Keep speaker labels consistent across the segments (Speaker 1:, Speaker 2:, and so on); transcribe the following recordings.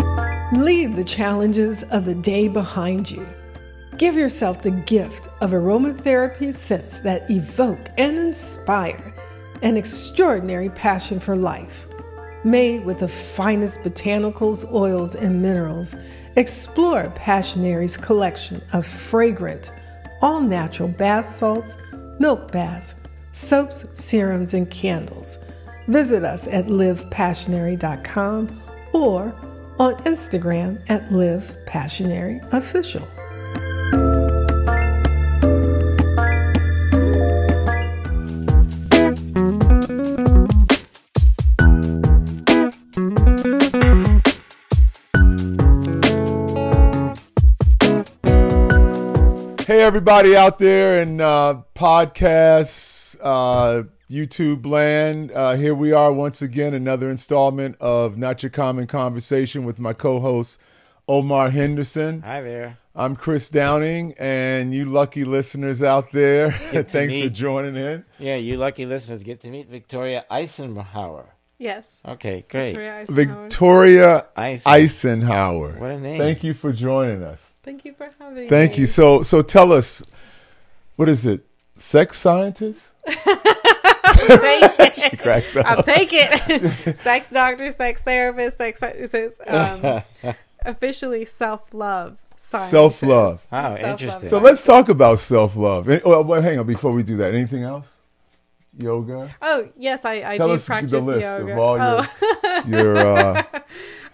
Speaker 1: and leave the challenges of the day behind you. Give yourself the gift of aromatherapy scents that evoke and inspire an extraordinary passion for life. Made with the finest botanicals, oils, and minerals, explore Passionary's collection of fragrant, all natural bath salts, milk baths, soaps, serums, and candles. Visit us at livepassionary.com or on Instagram at livepassionaryofficial.
Speaker 2: Hey, everybody out there in uh, podcasts, uh, YouTube land. Uh, here we are once again, another installment of Not Your Common Conversation with my co host, Omar Henderson.
Speaker 3: Hi there.
Speaker 2: I'm Chris Downing, and you lucky listeners out there,
Speaker 3: Good to
Speaker 2: thanks for
Speaker 3: meet.
Speaker 2: joining in.
Speaker 3: Yeah, you lucky listeners get to meet Victoria Eisenhower.
Speaker 4: Yes.
Speaker 3: Okay, great.
Speaker 4: Victoria Eisenhower.
Speaker 2: Victoria
Speaker 3: Eisen-
Speaker 2: Eisenhower.
Speaker 3: What a name.
Speaker 2: Thank you for joining us.
Speaker 4: Thank you for having
Speaker 2: Thank
Speaker 4: me.
Speaker 2: you. So, so tell us, what is it? Sex scientist?
Speaker 4: Take it.
Speaker 2: Cracks up.
Speaker 4: I'll take it. sex doctor, sex therapist, sex scientist. Um, officially self love.
Speaker 2: Self-love.
Speaker 3: Wow, interesting.
Speaker 2: So let's talk about self love. Well, well, hang on before we do that. Anything else? Yoga.
Speaker 4: Oh yes, I, I
Speaker 2: Tell
Speaker 4: do
Speaker 2: us
Speaker 4: practice
Speaker 2: the list
Speaker 4: yoga.
Speaker 2: of all your
Speaker 4: oh,
Speaker 2: your. Uh,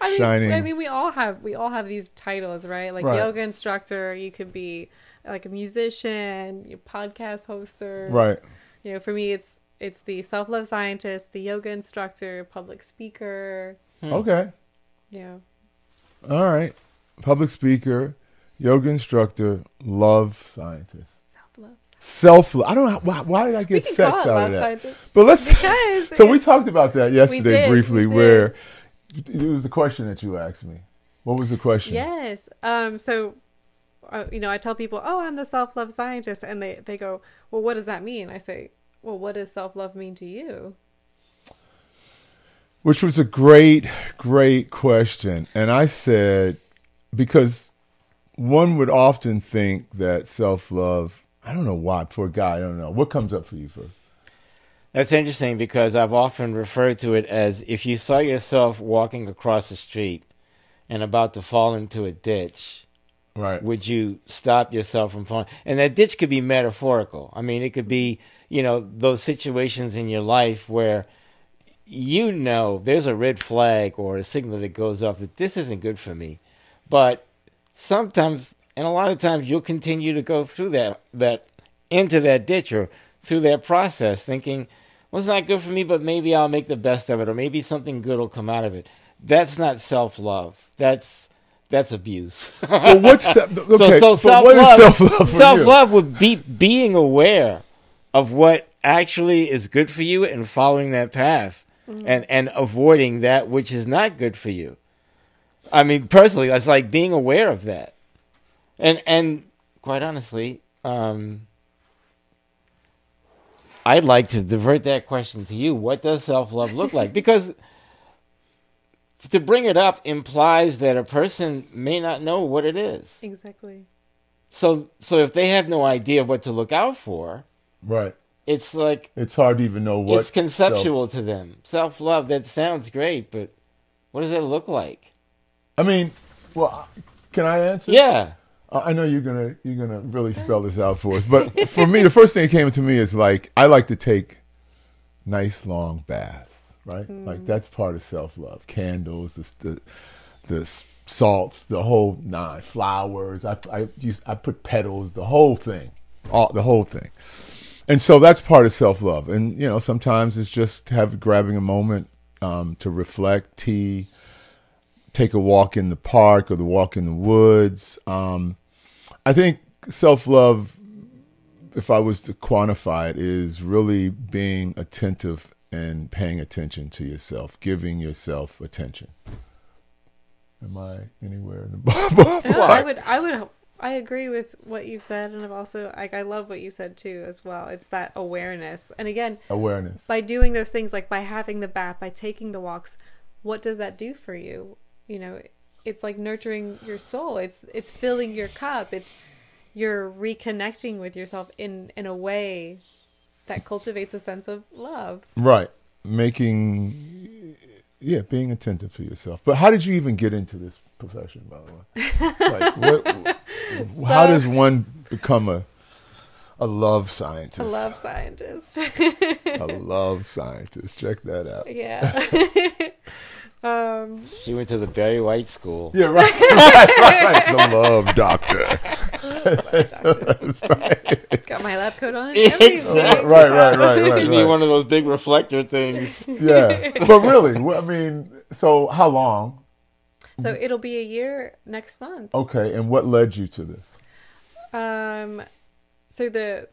Speaker 4: I mean,
Speaker 2: shining-
Speaker 4: I mean, we all have we all have these titles, right? Like
Speaker 2: Right.
Speaker 4: yoga instructor. You could be like a musician, your podcast hoster.
Speaker 2: Right.
Speaker 4: You know, for me, it's it's the self love scientist, the yoga instructor, public speaker.
Speaker 2: okay.
Speaker 4: You know,
Speaker 2: All right. Public speaker, yoga instructor, love scientist,
Speaker 4: self love.
Speaker 2: self love. I don't know why, why did I get
Speaker 4: can
Speaker 2: sex
Speaker 4: call it
Speaker 2: out of
Speaker 4: love
Speaker 2: that.
Speaker 4: scientist.
Speaker 2: But let's.
Speaker 4: Because
Speaker 2: so we
Speaker 4: it's-
Speaker 2: talked about that yesterday
Speaker 4: did, we
Speaker 2: briefly.
Speaker 4: did.
Speaker 2: Where it was the question that you asked me. What was the question?
Speaker 4: Yes. Um, so, uh, you know, I tell people, oh, I'm the self love scientist. And they, they go, well, what does that mean? I say, well, what does self love mean to you?
Speaker 2: Which was a great, great question. And I said, because one would often think that self love, I don't know why, for a guy, I don't know. What comes up for you first?
Speaker 3: That's interesting because I've often referred to it as if you saw yourself walking across the street and about to fall into a ditch,
Speaker 2: Right.
Speaker 3: would you stop yourself from falling? And that ditch could be metaphorical. I mean, it could be, you know, those situations in your life where you know there's a red flag or a signal that goes off that this isn't good for me. But sometimes, and a lot of times, you'll continue to go through that, that into that ditch or through that process thinking, well, it's not good for me, but maybe I'll make the best of it or maybe something good will come out of it. That's not self love. That's that's abuse.
Speaker 2: Well, what's se- okay,
Speaker 3: so so
Speaker 2: but
Speaker 3: self
Speaker 2: what is
Speaker 3: love
Speaker 2: self love?
Speaker 3: self love would be being aware of what actually is good for you and following that path and and avoiding that which is not good for you. I mean, personally, that's like being aware of that, and and quite honestly, um, I'd like to divert that question to you. What does self love look like? Because to bring it up implies that a person may not know what it is.
Speaker 4: Exactly.
Speaker 3: So so if they have no idea what to look out for,
Speaker 2: Right.
Speaker 3: it's like
Speaker 2: It's hard to even know what.
Speaker 3: it's conceptual to them. Self love that sounds great, but what does it look like?
Speaker 2: self- I mean, well, I- can I answer?
Speaker 3: Yeah.
Speaker 2: I I know you're gonna you're gonna really spell this out for us, but for me, the first thing that came to me is like I like to take nice long baths, right? Like that's part of self love. Candles, the, s- the the s- salts, the whole nine, flowers. I I use, I put petals, the whole thing, all the whole thing, and so that's part of self love. And you know, sometimes it's just have grabbing a moment um, to reflect, tea, take a walk in the park or the walk in the woods. Um, I think self love, if I was to quantify it, is really being attentive and paying attention to yourself, giving yourself attention. Am I anywhere in the ballpark?
Speaker 4: No, I would, I would, I agree with what you've said. And I've also, like, I love what you said too, as well. It's that awareness. And again,
Speaker 2: Awareness.
Speaker 4: by doing those things, like by having the bath, by taking the walks, what does that do for you? You know, it's like nurturing your soul. It's it's filling your cup. It's you're reconnecting with yourself in in a way that cultivates a sense of love.
Speaker 2: Right. Making, yeah, being attentive to yourself. But how did you even get into this profession, by the way? Like, what, how does one become a a love scientist?
Speaker 4: A love scientist.
Speaker 2: A love scientist. Check that out.
Speaker 4: yeah. um
Speaker 3: She went to the Barry White School.
Speaker 2: Yeah, right. right, right, right. The love doctor.
Speaker 4: got my lab coat on.
Speaker 3: Exactly.
Speaker 4: Exactly.
Speaker 2: Right, right, right, right.
Speaker 3: You need one of those big reflector things.
Speaker 2: Yeah. But really, well, I mean, so how long?
Speaker 4: So it'll be a year next month.
Speaker 2: Okay, and what led you to this?
Speaker 4: Um, so the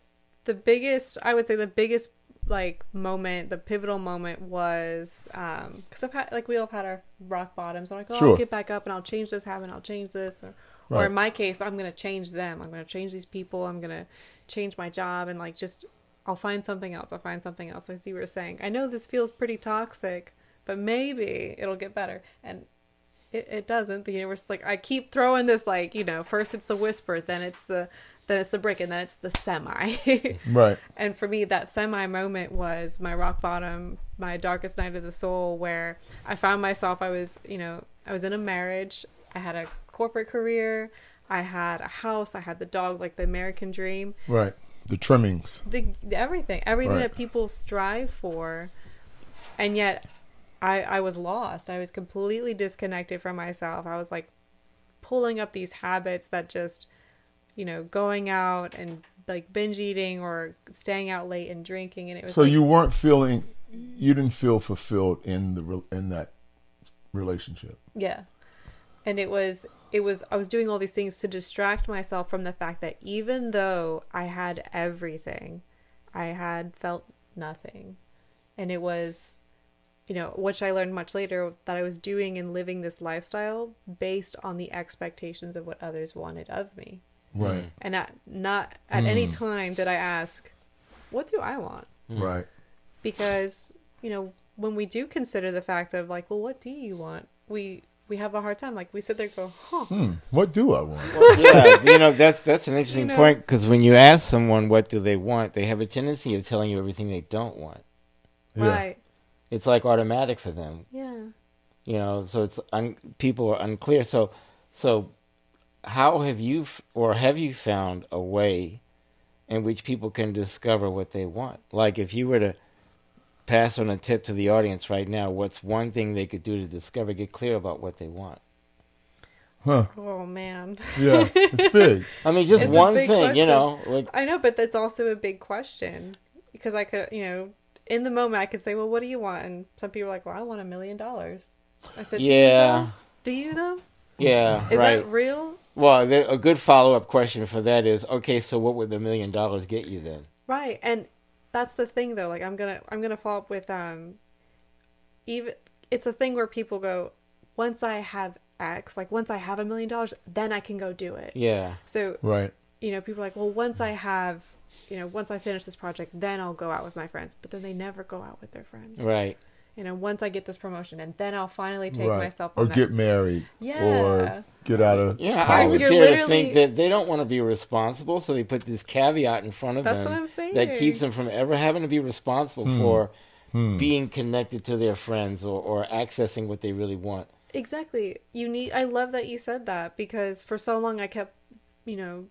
Speaker 4: the biggest, I would say, the biggest like moment, the pivotal moment was um, because I've had like we all have had our rock bottoms. I'm like, oh,
Speaker 2: Sure.
Speaker 4: I'll get back up and I'll change this habit. I'll change this, or, or
Speaker 2: Right.
Speaker 4: in my case, I'm gonna change them. I'm gonna change these people. I'm gonna change my job and like just I'll find something else. I'll find something else. As you were saying, I know this feels pretty toxic, but maybe it'll get better. And it, it doesn't the universe is like i keep throwing this like you know first it's the whisper then it's the then it's the brick and then it's the semi
Speaker 2: Right.
Speaker 4: and for me that semi moment was my rock bottom my darkest night of the soul where i found myself i was you know i was in a marriage i had a corporate career i had a house i had the dog like the american dream
Speaker 2: Right. The trimmings.
Speaker 4: the everything everything
Speaker 2: Right.
Speaker 4: that people strive for and yet i i was lost i was completely disconnected from myself i was like pulling up these habits that just you know going out and like binge eating or staying out late and drinking and it was
Speaker 2: So
Speaker 4: like,
Speaker 2: you weren't feeling, you didn't feel fulfilled in the re- in that relationship.
Speaker 4: Yeah. And it was it was I was doing all these things to distract myself from the fact that even though I had everything, I had felt nothing. And it was you know, which I learned much later that I was doing and living this lifestyle based on the expectations of what others wanted of me.
Speaker 2: Right.
Speaker 4: And at not at any time did I ask, what do I want?
Speaker 2: Right.
Speaker 4: because you know when we do consider the fact of like well what do you want we we have a hard time like we sit there and go huh
Speaker 2: Hmm. What do I want?
Speaker 3: yeah, you know that's that's an interesting
Speaker 4: know.
Speaker 3: point because when you ask someone what do they want, they have a tendency of telling you everything they don't want.
Speaker 2: Yeah.
Speaker 4: right
Speaker 3: It's like automatic for them,
Speaker 4: yeah
Speaker 3: you know. So it's un- people are unclear. So, so how have you f- or have you found a way in which people can discover what they want? Like if you were to pass on a tip to the audience right now, what's one thing they could do to discover, get clear about what they want?
Speaker 4: oh man
Speaker 2: Yeah. It's big.
Speaker 3: I mean, just
Speaker 4: It's a
Speaker 3: one
Speaker 4: big
Speaker 3: thing, you
Speaker 4: question.
Speaker 3: know. Like,
Speaker 4: i know but that's also a big question because i could you know in the moment i could say well what do you want and some people are like well i want a million dollars i said
Speaker 3: Yeah.
Speaker 4: yeah do you though
Speaker 3: yeah,
Speaker 4: is
Speaker 3: right.
Speaker 4: that real
Speaker 3: Well, the, a good follow up question for that is okay, so what would the million dollars get you then?
Speaker 4: Right, and that's the thing though. Like I'm gonna I'm gonna follow up with um, even it's a thing where people go, once I have X, like once I have a million dollars, then I can go do it.
Speaker 3: Yeah.
Speaker 4: So
Speaker 2: Right.
Speaker 4: you know, people are like, well, once I have, you know, once I finish this project, then I'll go out with my friends. But then they never go out with their friends.
Speaker 3: Right.
Speaker 4: You know, once I get this promotion, and then I'll finally take
Speaker 2: right.
Speaker 4: myself on
Speaker 2: or
Speaker 4: that.
Speaker 2: get married.
Speaker 4: Yeah.
Speaker 2: Or get out of.
Speaker 3: Yeah, I
Speaker 4: Right,
Speaker 3: would
Speaker 4: you're
Speaker 3: dare to
Speaker 4: literally-
Speaker 3: think that they don't want to be responsible, so they put this caveat in front of
Speaker 4: That's
Speaker 3: them
Speaker 4: what I'm saying.
Speaker 3: that keeps them from ever having to be responsible
Speaker 2: Hmm.
Speaker 3: for being connected to their friends or, or accessing what they really want.
Speaker 4: Exactly. You need I love that you said that because for so long I kept, you know,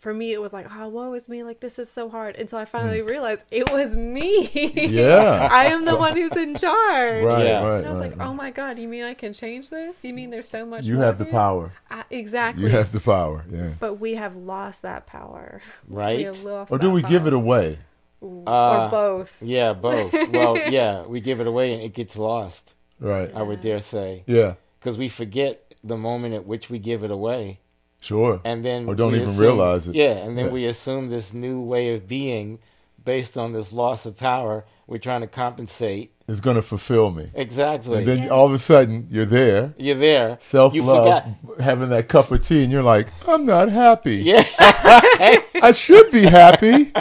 Speaker 4: for me it was like, oh, woe is me, like this is so hard. Until I finally realized it was me.
Speaker 2: Mm. Yeah.
Speaker 4: I am the one who's in charge.
Speaker 2: Right.
Speaker 3: Yeah.
Speaker 2: Right.
Speaker 4: And I was
Speaker 2: right,
Speaker 4: like,
Speaker 2: right.
Speaker 4: oh my god, you mean I can change this? You mean there's so much
Speaker 2: you
Speaker 4: more
Speaker 2: have the
Speaker 4: here?"
Speaker 2: power.
Speaker 4: I, exactly.
Speaker 2: You have the power. Yeah.
Speaker 4: But we have lost that power. We
Speaker 3: Right.
Speaker 4: have lost
Speaker 2: Or do
Speaker 4: that
Speaker 2: we give
Speaker 4: power.
Speaker 2: it away?
Speaker 4: or
Speaker 3: Uh,
Speaker 4: both?
Speaker 3: Yeah, both. well, yeah, we give it away and it gets lost,
Speaker 2: Right.
Speaker 3: I would dare say,
Speaker 2: Yeah.
Speaker 3: because we forget the moment at which we give it away.
Speaker 2: Sure.
Speaker 3: and then
Speaker 2: Or don't
Speaker 3: we
Speaker 2: even
Speaker 3: assume-
Speaker 2: realize it.
Speaker 3: Yeah, and then
Speaker 2: Yeah.
Speaker 3: we assume this new way of being based on this loss of power. We're trying to compensate.
Speaker 2: it's going to fulfill me.
Speaker 3: Exactly.
Speaker 2: And then all of a sudden, you're there.
Speaker 3: You're there.
Speaker 2: Self
Speaker 3: You forgot.
Speaker 2: love, having that cup of tea, and you're like, I'm not happy.
Speaker 3: Yeah.
Speaker 2: I should be happy.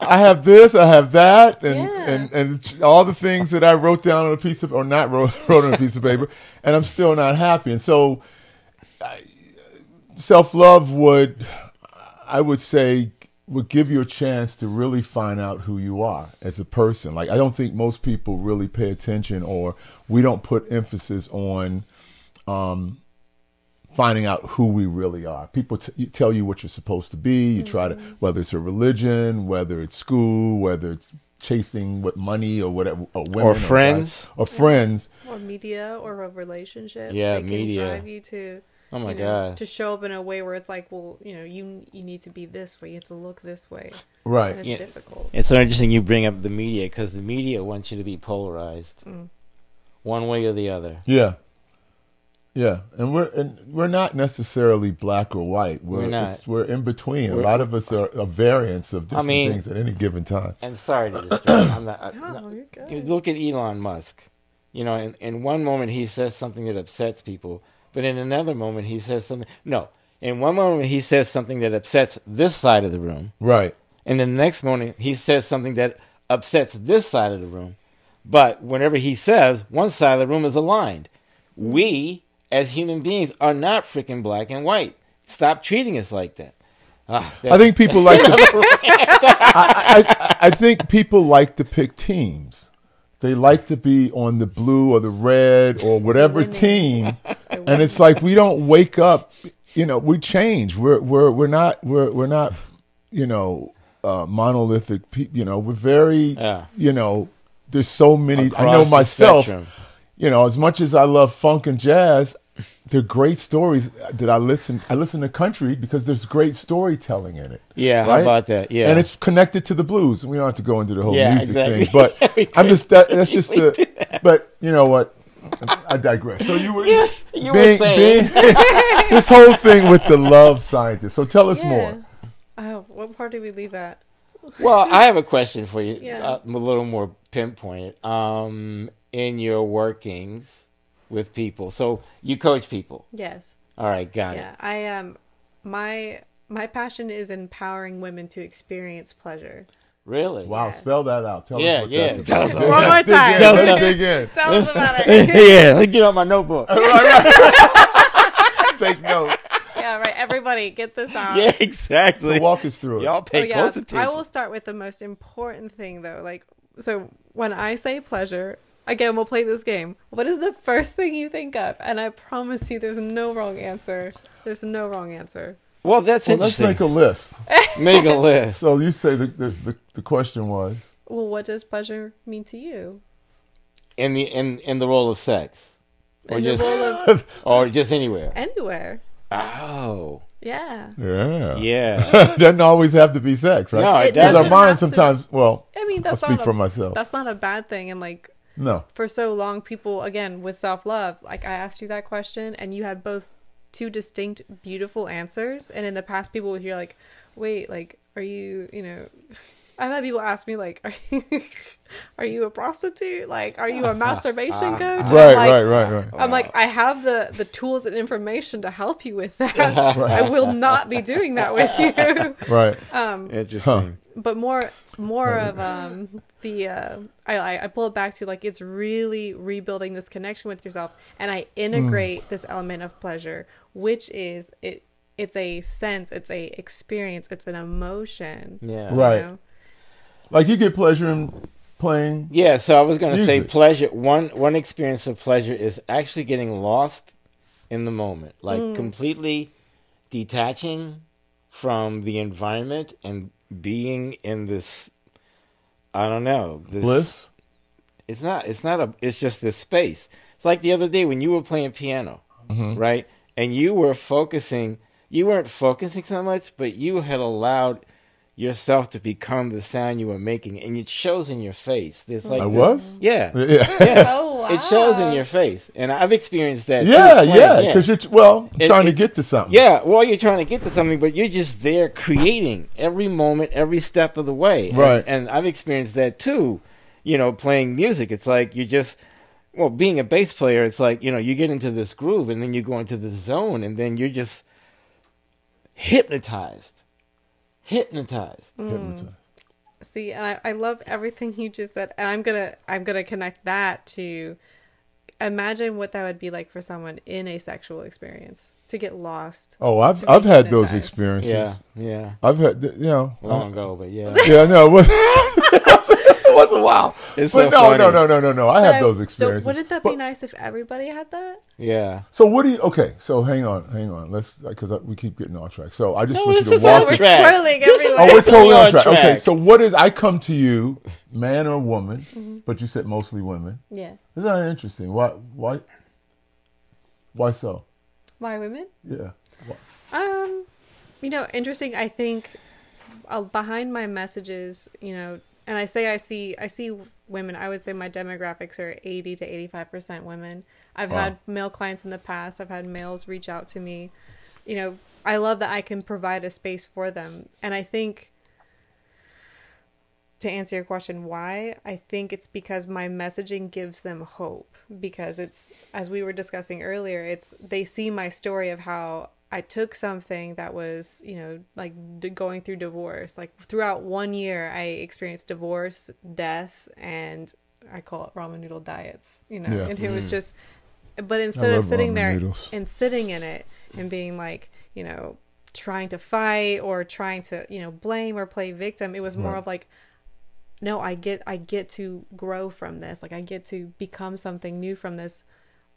Speaker 2: I have this, I have that, and,
Speaker 4: Yeah.
Speaker 2: and, and all the things that I wrote down on a piece of, or not wrote, wrote on a piece of paper, and I'm still not happy. And so self love would, I would say, would give you a chance to really find out who you are as a person. Like, I don't think most people really pay attention, or we don't put emphasis on um, finding out who we really are. People t- you- tell you what you're supposed to be. You try to, whether it's a religion, whether it's school, whether it's chasing what money or whatever, or, women guys-
Speaker 3: friends.
Speaker 2: or friends.
Speaker 4: or media or a relationship.
Speaker 3: Yeah,
Speaker 4: they can
Speaker 3: media.
Speaker 4: drive you to.
Speaker 3: Oh my
Speaker 4: you know,
Speaker 3: God.
Speaker 4: To show up in a way where it's like, well, you know, you you need to be this way. You have to look this way.
Speaker 2: Right.
Speaker 4: And it's
Speaker 3: Uh, Yeah.
Speaker 4: difficult.
Speaker 3: It's so interesting you bring up the media because the media wants you to be polarized,
Speaker 4: Mm.
Speaker 3: one way or the other.
Speaker 2: Yeah. Yeah, and we're and we're not necessarily black or white. We're,
Speaker 3: We're not.
Speaker 2: It's, we're in between.
Speaker 3: We're-
Speaker 2: a lot of us are, are variants of different
Speaker 3: mean-
Speaker 2: things at any given time.
Speaker 3: And sorry to distract. I'm not. I-
Speaker 4: No,
Speaker 3: no.
Speaker 4: you're
Speaker 3: You
Speaker 4: good.
Speaker 3: look at Elon Musk. You know, in, in one moment he says something that upsets people, but in another moment he says something. No, in one moment he says something that upsets this side of the room,
Speaker 2: Right.
Speaker 3: and then the next morning he says something that upsets this side of the room. But whenever he says, one side of the room is aligned. We, as human beings, are not freaking black and white. Stop treating us like that. Ah,
Speaker 2: I think people like to. I, I, I think people like to pick teams. They like to be on the blue or the red or whatever
Speaker 4: Winning.
Speaker 2: team, and it's like we don't wake up. You know, we change. We're we're we're not we're we're not. You know, uh, monolithic. pe- You know, we're very.
Speaker 3: Yeah.
Speaker 2: You know, there's so many. I know
Speaker 3: Across the
Speaker 2: myself.
Speaker 3: spectrum.
Speaker 2: You know, as much as I love funk and jazz, they're great stories that I listen. I listen to country because there's great storytelling in it.
Speaker 3: Yeah, how about that? Yeah.
Speaker 2: and it's connected to the blues. We don't have to go into the whole
Speaker 3: Yeah,
Speaker 2: music
Speaker 3: exactly.
Speaker 2: thing, but I'm just that, that's just a. But you know what? I digress. So you were
Speaker 3: you were saying.
Speaker 2: being- this whole thing with the love scientist. So tell us
Speaker 4: Yeah.
Speaker 2: more.
Speaker 4: Oh, what part did we leave at?
Speaker 3: Well, I have a question for you,
Speaker 4: Yeah.
Speaker 3: uh, a little more pinpointed. Um, in your workings with people, so you coach people.
Speaker 4: Yes.
Speaker 3: All right, got
Speaker 4: Yeah.
Speaker 3: it.
Speaker 4: I um my my passion is empowering women to experience pleasure.
Speaker 3: Really?
Speaker 2: Wow,
Speaker 4: Yes.
Speaker 2: spell that out. Tell
Speaker 3: Yeah,
Speaker 2: us what
Speaker 3: yeah.
Speaker 2: that's
Speaker 3: Tell
Speaker 2: about.
Speaker 3: us
Speaker 2: Let's
Speaker 3: about
Speaker 4: One
Speaker 2: dig in.
Speaker 4: more
Speaker 2: Let's
Speaker 4: time.
Speaker 2: dig in.
Speaker 4: Tell us about it.
Speaker 3: yeah, let me get on my notebook.
Speaker 2: Take notes.
Speaker 4: yeah, right. Everybody get this out.
Speaker 3: yeah, exactly.
Speaker 2: So walk us through it.
Speaker 3: Y'all pay
Speaker 4: Oh, yeah.
Speaker 3: close attention.
Speaker 4: I will start with the most important thing though. Like so when I say pleasure, again we'll play this game. What is the first thing you think of? And I promise you there's no wrong answer. There's no wrong answer.
Speaker 3: Well, that's
Speaker 2: Well, let's
Speaker 3: interesting.
Speaker 2: make a list.
Speaker 3: make, a- list.
Speaker 2: So you say the the, the, the question was.
Speaker 4: Well, what does pleasure mean to you?
Speaker 3: in the in in the role of sex, or
Speaker 4: In the
Speaker 3: just
Speaker 4: role of
Speaker 3: or just anywhere.
Speaker 4: anywhere.
Speaker 3: Oh,
Speaker 4: Yeah.
Speaker 2: Yeah.
Speaker 3: Uh, yeah.
Speaker 2: doesn't always have to be sex, right?
Speaker 3: No, it It
Speaker 2: Because
Speaker 3: doesn't
Speaker 2: our mind
Speaker 4: have to.
Speaker 2: sometimes. Well,
Speaker 4: I mean, that's
Speaker 2: I'll speak
Speaker 4: not a,
Speaker 2: for myself.
Speaker 4: That's not a bad thing. And like
Speaker 2: no.
Speaker 4: for so long, people again with self love. Like I asked you that question, and you had both two distinct, beautiful answers. And in the past, people would hear like, "Wait, like, are you, you know?" I've had people ask me like, "Are you, are you a prostitute? Like, are you a masturbation coach?" I'm
Speaker 2: Right,
Speaker 4: like,
Speaker 2: right, right, right.
Speaker 4: I'm like, I have the the tools and information to help you with that. I will not be doing that with you.
Speaker 2: Right.
Speaker 4: Uh,
Speaker 3: Interesting.
Speaker 4: but more more of um the uh I- I, I pull it back to like it's really rebuilding this connection with yourself and i integrate
Speaker 2: Mm.
Speaker 4: this element of pleasure which is it it's a sense it's a experience it's an emotion you
Speaker 3: Yeah.
Speaker 2: Right.
Speaker 4: know?
Speaker 2: Like you get pleasure in playing.
Speaker 3: Yeah, so I was going to say
Speaker 2: Music.
Speaker 3: pleasure. One one experience of pleasure is actually getting lost in the moment, like
Speaker 4: Mm.
Speaker 3: completely detaching from the environment and being in this. I don't know this.
Speaker 2: Bliss.
Speaker 3: It's not. It's not a. It's just this space. It's like the other day when you were playing piano,
Speaker 2: Mm-hmm.
Speaker 3: right? And you were focusing. You weren't focusing so much, but you had allowed yourself to become the sound you were making, and it shows in your face. There's like
Speaker 2: I
Speaker 3: this-
Speaker 2: was?
Speaker 3: Yeah.
Speaker 2: Yeah.
Speaker 4: oh wow.
Speaker 3: It shows in your face, and I've experienced that. too,
Speaker 2: Yeah,
Speaker 3: playing,
Speaker 2: yeah. Because you're, well,
Speaker 3: It-
Speaker 2: trying to
Speaker 3: it-
Speaker 2: get to something.
Speaker 3: yeah, well, you're trying to get to something, but you're just there creating every moment, every step of the way. And-
Speaker 2: Right.
Speaker 3: And, I've experienced that too, you know, playing music. It's like you just, well, being a bass player, it's like, you know, you get into this groove and then you go into the zone and then you're just hypnotized. Hypnotized.
Speaker 4: Mm.
Speaker 2: Hypnotized.
Speaker 4: See, and I, I love everything you just said, and I'm gonna I'm gonna connect that to imagine what that would be like for someone in a sexual experience to get lost.
Speaker 2: Oh, I've
Speaker 4: To be
Speaker 2: I've had those
Speaker 4: hypnotized.
Speaker 2: experiences.
Speaker 3: Yeah, yeah.
Speaker 2: I've had th- you know
Speaker 3: Long ago, but yeah.
Speaker 2: yeah, no, it was it was a while.
Speaker 3: It's
Speaker 2: but
Speaker 3: so
Speaker 2: no,
Speaker 3: funny.
Speaker 2: no, no, no, no, no. I
Speaker 4: But I-
Speaker 2: have those
Speaker 4: so
Speaker 2: experiences.
Speaker 4: wouldn't that
Speaker 2: But-
Speaker 4: be nice if everybody had that?
Speaker 3: Yeah.
Speaker 2: So what do you? Okay, so hang on, hang on. Let's because we keep getting off track. So I just want you
Speaker 3: this
Speaker 2: to
Speaker 3: is on
Speaker 2: walk.
Speaker 4: We're
Speaker 3: track.
Speaker 4: swirling
Speaker 3: This is-
Speaker 4: everywhere.
Speaker 2: Oh, we're totally
Speaker 3: We're
Speaker 2: on
Speaker 3: on
Speaker 2: track. Okay,
Speaker 3: track.
Speaker 2: so what is? I come to you, man or woman,
Speaker 3: Mm-hmm.
Speaker 2: but you said mostly women.
Speaker 4: Yeah.
Speaker 2: Isn't that interesting? Why? Why? Why so?
Speaker 4: Why women?
Speaker 2: Yeah. Why-
Speaker 4: Um, you know, interesting. I think uh, behind my messages, you know, and I say I see I see women. I would say my demographics are eighty to eighty five percent women. I've
Speaker 2: Wow.
Speaker 4: had male clients in the past. I've had males reach out to me. You know, I love that I can provide a space for them, and I think. To answer your question, why? I think it's because my messaging gives them hope. Because it's, as we were discussing earlier, it's they see my story of how I took something that was, you know, like d- going through divorce. Like throughout one year, I experienced divorce, death, and I call it ramen noodle diets, you know,
Speaker 2: Yeah. Mm.
Speaker 4: and it was just, but instead
Speaker 2: love
Speaker 4: of sitting
Speaker 2: ramen
Speaker 4: there
Speaker 2: noodles.
Speaker 4: and sitting in it and being like, you know, trying to fight or trying to, you know, blame or play victim, it was more
Speaker 2: Right.
Speaker 4: of like, no i get i get to grow from this like i get to become something new from this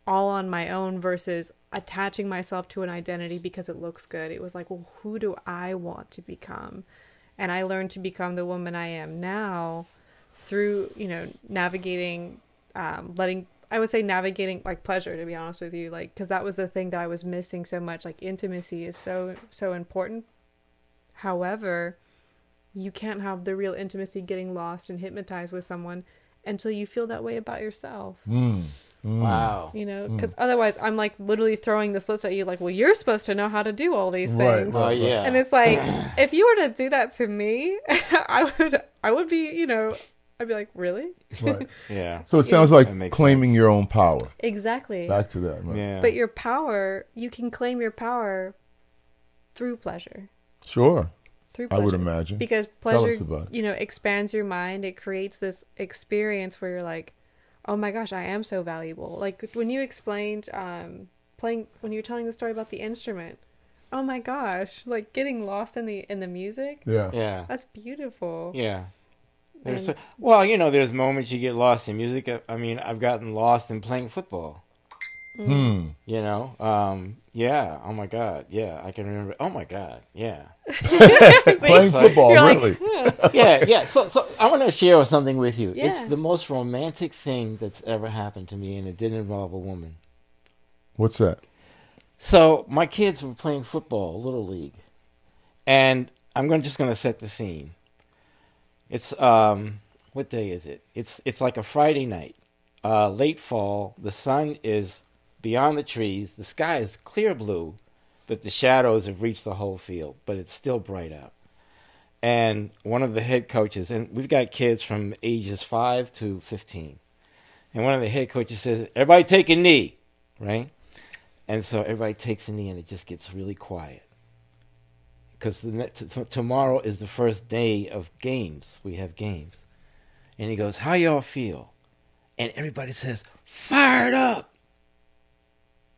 Speaker 4: all on my own versus attaching myself to an identity because it looks good it was like well who do i want to become and i learned to become the woman i am now through you know navigating um letting i would say navigating like pleasure to be honest with you like because that was the thing that i was missing so much like intimacy is so so important however you can't have the real intimacy getting lost and hypnotized with someone until you feel that way about yourself
Speaker 2: Mm.
Speaker 3: Wow.
Speaker 4: you know because otherwise i'm like literally throwing this list at you like well you're supposed to know how to do all these
Speaker 2: Right,
Speaker 4: things
Speaker 2: right,
Speaker 3: Oh yeah.
Speaker 4: and it's like if you were to do that to me i would i would be you know i'd be like really
Speaker 2: Right.
Speaker 3: yeah.
Speaker 2: So it sounds
Speaker 3: That
Speaker 2: like
Speaker 3: makes
Speaker 2: claiming
Speaker 3: sense.
Speaker 2: your own power.
Speaker 4: exactly
Speaker 2: Back to that. Right?
Speaker 3: Yeah.
Speaker 4: but your power you can claim your power through pleasure
Speaker 2: Sure.
Speaker 4: through
Speaker 2: I
Speaker 4: pleasure.
Speaker 2: would imagine.
Speaker 4: because
Speaker 2: Tell
Speaker 4: pleasure
Speaker 2: us about it.
Speaker 4: you know expands your mind it creates this experience where you're like oh my gosh i am so valuable like when you explained um playing when you were telling the story about the instrument oh my gosh like getting lost in the in the music
Speaker 2: Yeah.
Speaker 3: yeah.
Speaker 4: that's beautiful
Speaker 3: Yeah. There's
Speaker 4: And-
Speaker 3: so- well, you know, there's moments you get lost in music. I, I mean, I've gotten lost in playing football.
Speaker 2: Hmm.
Speaker 3: You know, um, yeah. Oh my God, yeah. I can remember. Oh my God, yeah,
Speaker 2: Playing
Speaker 3: like- "Hmm."
Speaker 2: football,
Speaker 4: You're like,
Speaker 2: really?
Speaker 3: yeah, yeah. So, so I want to share something with you. It's
Speaker 4: Yeah.
Speaker 3: the most romantic thing that's ever happened to me, and it didn't involve a woman.
Speaker 2: What's that?
Speaker 3: So my kids were playing football, little league, and I'm going just going to set the scene. It's um, what day is it? It's it's like a Friday night, uh, late fall. The sun is beyond the trees. The sky is clear blue, that the shadows have reached the whole field, but it's still bright out. And one of the head coaches, and we've got kids from ages five to fifteen, and one of the head coaches says, "Everybody take a knee," right? And so everybody takes a knee and it just gets really quiet. Because t- t- tomorrow is the first day of games. We have games. And he goes, How y'all feel? And everybody says, Fired up.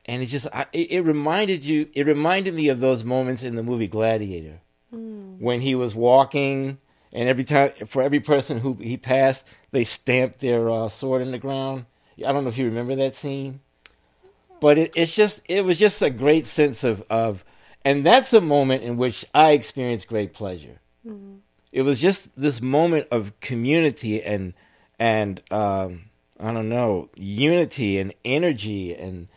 Speaker 3: And it just, I, it, it reminded you, it reminded me of those moments in the movie Gladiator when he was walking. And every time, for every person who he passed, they stamped their uh, sword in the ground. I don't know if you remember that scene but it, it's just it was just a great sense of of and that's a moment in which i experienced great pleasure
Speaker 4: Mm-hmm.
Speaker 3: it was just this moment of community and and um i don't know unity and energy and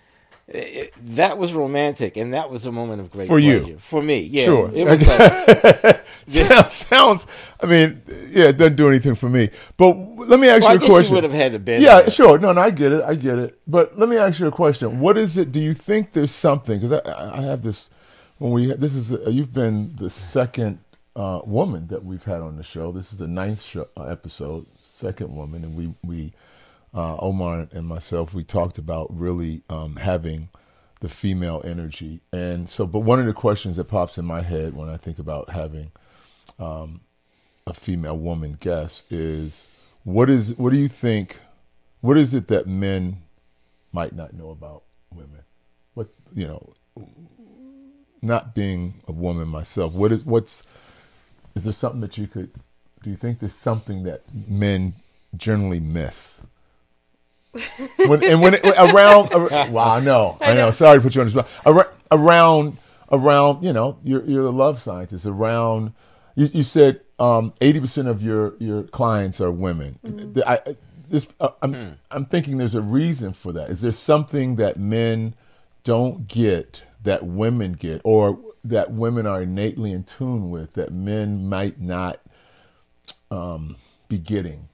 Speaker 3: it, that was romantic and that was a moment of great
Speaker 2: For you.
Speaker 3: pleasure. for me yeah
Speaker 2: Sure.
Speaker 3: it was like,
Speaker 2: sounds, sounds. I mean, yeah, it doesn't do anything for me. But let me ask
Speaker 3: well, i
Speaker 2: you a
Speaker 3: guess
Speaker 2: question.
Speaker 3: you would have had to been
Speaker 2: yeah,
Speaker 3: there.
Speaker 2: sure. No, no, I get it. I get it. But let me ask you a question. What is it? Do you think there's something? Because I, I- I have this. When we this is uh you've been the second uh, woman that we've had on the show. This is the ninth show, uh, episode, second woman, and we we uh, Omar and myself we talked about really um, having the female energy, and so. But one of the questions that pops in my head when I think about having a female woman guest is what is what do you think what is it that men might not know about women. What you know, not being a woman myself, what is what's is there something that you could? Do you think there's something that men generally miss? when, and when it, around, ar- wow, I know, I know. Sorry to put you on the spot. Ar- around, around, you know, you're you're a love scientist. Around, you, you said um, eighty percent of your your clients are women.
Speaker 4: Mm-hmm.
Speaker 2: The- I, I- this, uh, I'm I'm thinking there's a reason for that. Is there something that men don't get that women get, or that women are innately in tune with that men might not um, be getting?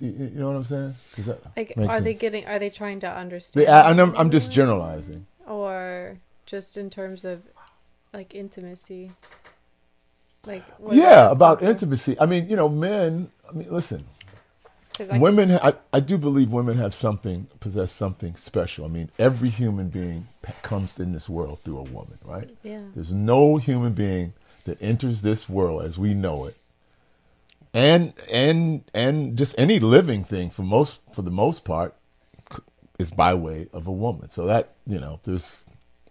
Speaker 2: You you know what I'm saying? Does that
Speaker 4: Like,
Speaker 2: make
Speaker 4: are they
Speaker 2: sense?
Speaker 4: getting? Are they trying to understand?
Speaker 2: They, I, and I'm, I'm just generalizing.
Speaker 4: or just in terms of like intimacy like
Speaker 2: yeah, about intimacy. I mean, you know, men. I mean, listen,
Speaker 4: women
Speaker 2: women. I, I do believe women have something, possess something special. I mean, every human being p- comes in this world through a woman, right?
Speaker 4: Yeah.
Speaker 2: There's no human being that enters this world as we know it, and and and just any living thing for most for the most part c- is by way of a woman. So that you know, there's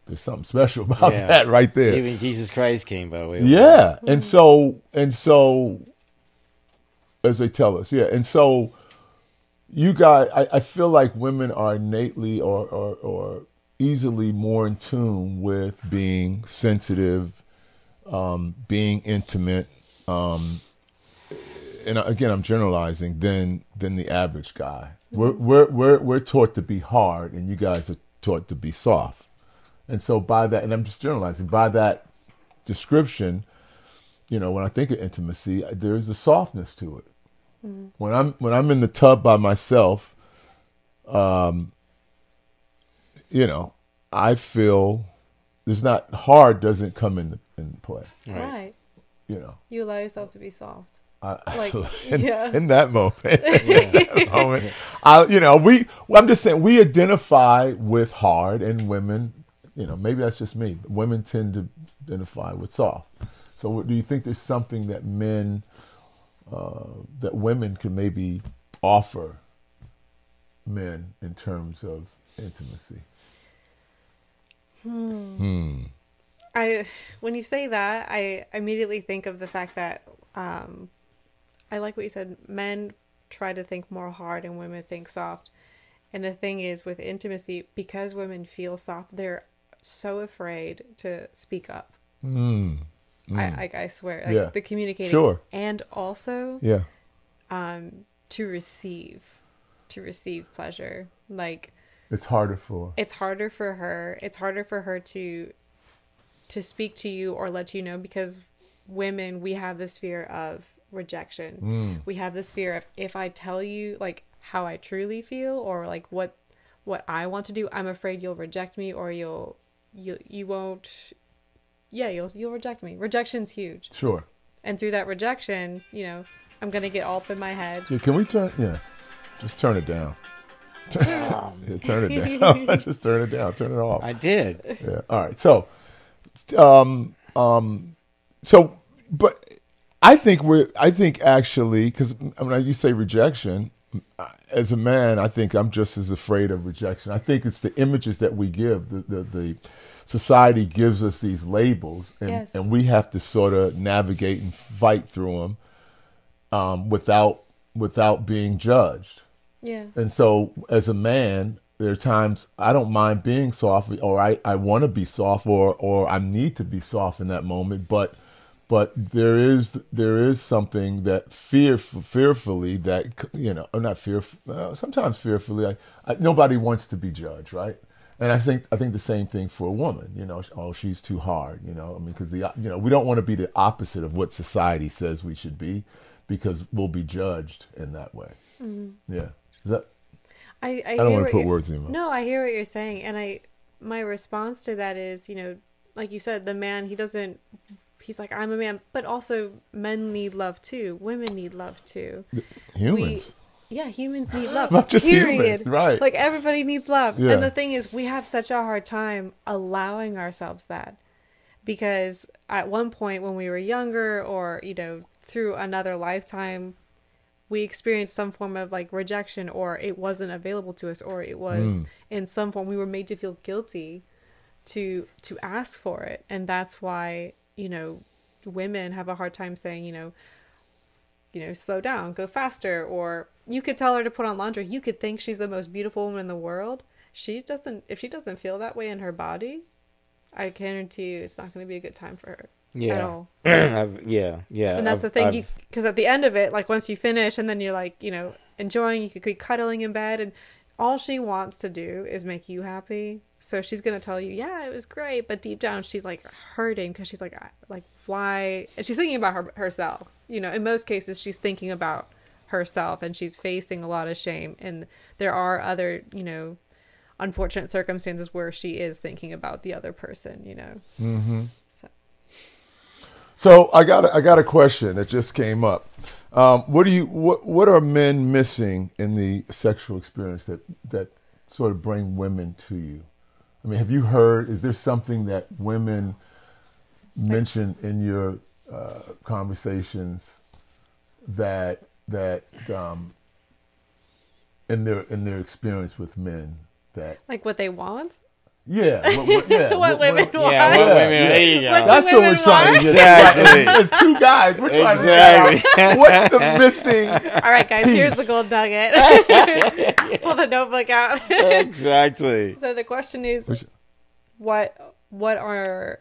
Speaker 2: there's something special about
Speaker 3: Yeah.
Speaker 2: that right there.
Speaker 3: Even Jesus Christ came by way. of-
Speaker 2: Yeah, and so and so, as they tell us, yeah, and so you got. I, I feel like women are innately or, or or easily more in tune with being sensitive, um, being intimate, um, and again, I'm generalizing than than the average guy. We're we're we're we're taught to be hard, and you guys are taught to be soft, and so by that, and I'm just generalizing by that description, you know, when I think of intimacy, there is a softness to it. When I'm when I'm in the tub by myself, um, you know, I feel there's not hard doesn't come in in play.
Speaker 4: right.
Speaker 2: You know,
Speaker 4: you allow yourself to be soft
Speaker 2: I,
Speaker 4: like
Speaker 2: in,
Speaker 4: yeah
Speaker 2: in that moment. in that moment. I, you know, we. well, I'm just saying we identify with hard, and women. You know, maybe that's just me. But women tend to identify with soft. So, what, do you think there's something that men, uh, that women could maybe offer men in terms of intimacy?
Speaker 4: i when you say that i immediately think of the fact that um i like what you said men try to think more hard and women think soft and the thing is with intimacy because women feel soft they're so afraid to speak up I, I, I swear
Speaker 2: Mm,
Speaker 4: like
Speaker 2: Yeah.
Speaker 4: the communicating
Speaker 2: Sure.
Speaker 4: and also
Speaker 2: Yeah.
Speaker 4: to receive to receive pleasure like
Speaker 2: It's harder for.
Speaker 4: it's harder for her it's harder for her to to speak to you or let you know because women we have this fear of rejection we have this fear of if i tell you like how i truly feel or like what what i want to do i'm afraid you'll reject me or you'll you you won't yeah you'll you'll reject me rejection's huge
Speaker 2: Sure.
Speaker 4: and through that rejection you know i'm gonna get all up in my head
Speaker 2: Yeah, can we turn? Yeah, just turn it down. Turn, yeah, turn it down. just turn it down. Turn it off.
Speaker 3: I did.
Speaker 2: yeah. All right. So, um, um, so, but I think we're. I think actually, because when you say rejection, I- as a man, I think I'm just as afraid of rejection. I think it's the images that we give. The the, the society gives us these labels, and,
Speaker 4: Yes.
Speaker 2: and we have to sort of navigate and fight through them um, without without being judged.
Speaker 4: yeah
Speaker 2: And so, as a man, there are times I don't mind being soft, or I, I want to be soft, or or I need to be soft in that moment. But but there is there is something that fear fearfully that you know, or not fear, uh, sometimes fearfully. I, I, nobody wants to be judged, right? And I think I think the same thing for a woman. You know, oh, she's too hard. You know, I mean, because the you know we don't want to be the opposite of what society says we should be, because we'll be judged in that way. Yeah. Is that
Speaker 4: I,
Speaker 2: don't
Speaker 4: I, hear
Speaker 2: wanna
Speaker 4: what
Speaker 2: put
Speaker 4: you're-
Speaker 2: words in your mouth.
Speaker 4: No, I hear what you're saying, and I my response to that is, you know, like you said, the man he doesn't. He's like, I'm a man, but also men need love too. Women need love too.
Speaker 2: humans?
Speaker 4: We, yeah, humans need love.
Speaker 2: Not just
Speaker 4: period.
Speaker 2: humans, right.
Speaker 4: Like everybody needs love.
Speaker 2: Yeah.
Speaker 4: And the thing is, we have such a hard time allowing ourselves that because at one point when we were younger, or you know, through another lifetime, we experienced some form of like rejection or it wasn't available to us or it
Speaker 2: Hmm.
Speaker 4: was in some form we were made to feel guilty to to ask for it and that's why you know women have a hard time saying you know you know slow down go faster or you could tell her to put on laundry you could think she's the most beautiful woman in the world she doesn't if she doesn't feel that way in her body i guarantee you it's not going to be a good time for her at
Speaker 3: Yeah.
Speaker 4: all
Speaker 3: I've- yeah. Yeah.
Speaker 4: and that's
Speaker 3: I've-
Speaker 4: the thing,
Speaker 3: I've-
Speaker 4: you because at the end of it, like once you finish, and then you're like, you know, enjoying, you could be cuddling in bed, and all she wants to do is make you happy. So she's gonna tell you, yeah, it was great, but deep down she's like hurting because she's like, I- like why? And she's thinking about her, herself. You know, in most cases, she's thinking about herself, and she's facing a lot of shame. And there are other, you know, unfortunate circumstances where she is thinking about the other person. You know, mm-hmm. so
Speaker 2: So I got a, I got a question that just came up. Um, what do you what what are men missing in the sexual experience that that sort of bring women to you? I mean, have you heard? Is there something that women mention in your uh, conversations that that um, in their in their experience with men that
Speaker 4: like what they want.
Speaker 2: yeah what, what- yeah
Speaker 4: What women want.
Speaker 3: Yeah. Well,
Speaker 2: Yeah,
Speaker 3: wait a minute.
Speaker 2: yeah.
Speaker 3: There you go.
Speaker 4: Like-
Speaker 2: That's what we're
Speaker 4: Women
Speaker 2: trying to
Speaker 4: want.
Speaker 2: get.
Speaker 3: Exactly.
Speaker 2: It's two guys. We're trying to figure out what's the missing.
Speaker 4: All right, guys, here's the gold nugget. Pull the notebook out.
Speaker 3: exactly.
Speaker 4: so the question is,
Speaker 2: Which-
Speaker 4: what what are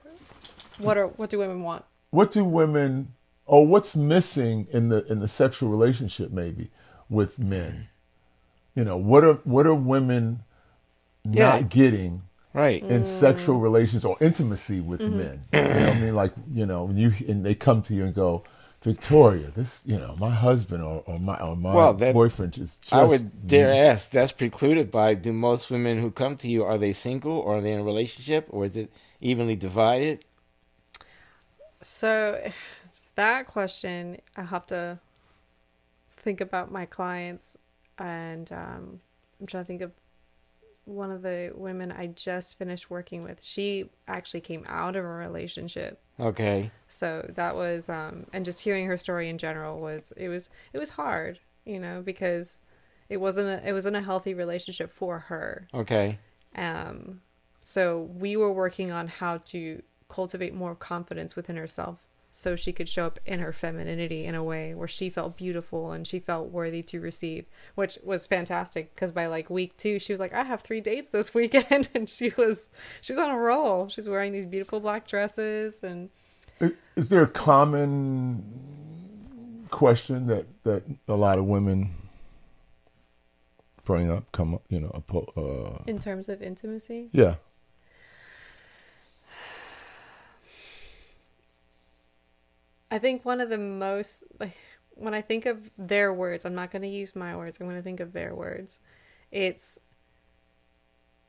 Speaker 4: what are what do women want?
Speaker 2: What do women, or what's missing in the in the sexual relationship, maybe with men? You know, what are what are women
Speaker 3: Yeah. Mm.
Speaker 2: not getting
Speaker 3: Right.
Speaker 2: in sexual relations or intimacy with
Speaker 3: Mm-hmm.
Speaker 2: men? You know what I mean, like you know, when you and they come to you and go. Victoria, this you know, my husband or, or my or my
Speaker 3: Well, that-
Speaker 2: boyfriend is just
Speaker 3: I would dare ask. That's precluded by. Do most women who come to you are they single or are they in a relationship or is it evenly divided?
Speaker 4: So that question, I have to think about my clients, and um, I'm trying to think of one of the women I just finished working with. She actually came out of a relationship
Speaker 3: Okay.
Speaker 4: so that was um and just hearing her story in general was it was it was hard you know because it wasn't a, it wasn't a healthy relationship for her
Speaker 3: Okay.
Speaker 4: um so we were working on how to cultivate more confidence within herself so she could show up in her femininity in a way where she felt beautiful and she felt worthy to receive which was fantastic because by like week two she was like i have three dates this weekend and she was she was on a roll she's wearing these beautiful black dresses and
Speaker 2: Is, is there a common question that, that a lot of women bring up? Come up, you know, oppo- uh,
Speaker 4: In terms of intimacy?
Speaker 2: yeah.
Speaker 4: I think one of the most, like, when I think of their words, I'm not going to use my words, I'm going to think of their words. It's,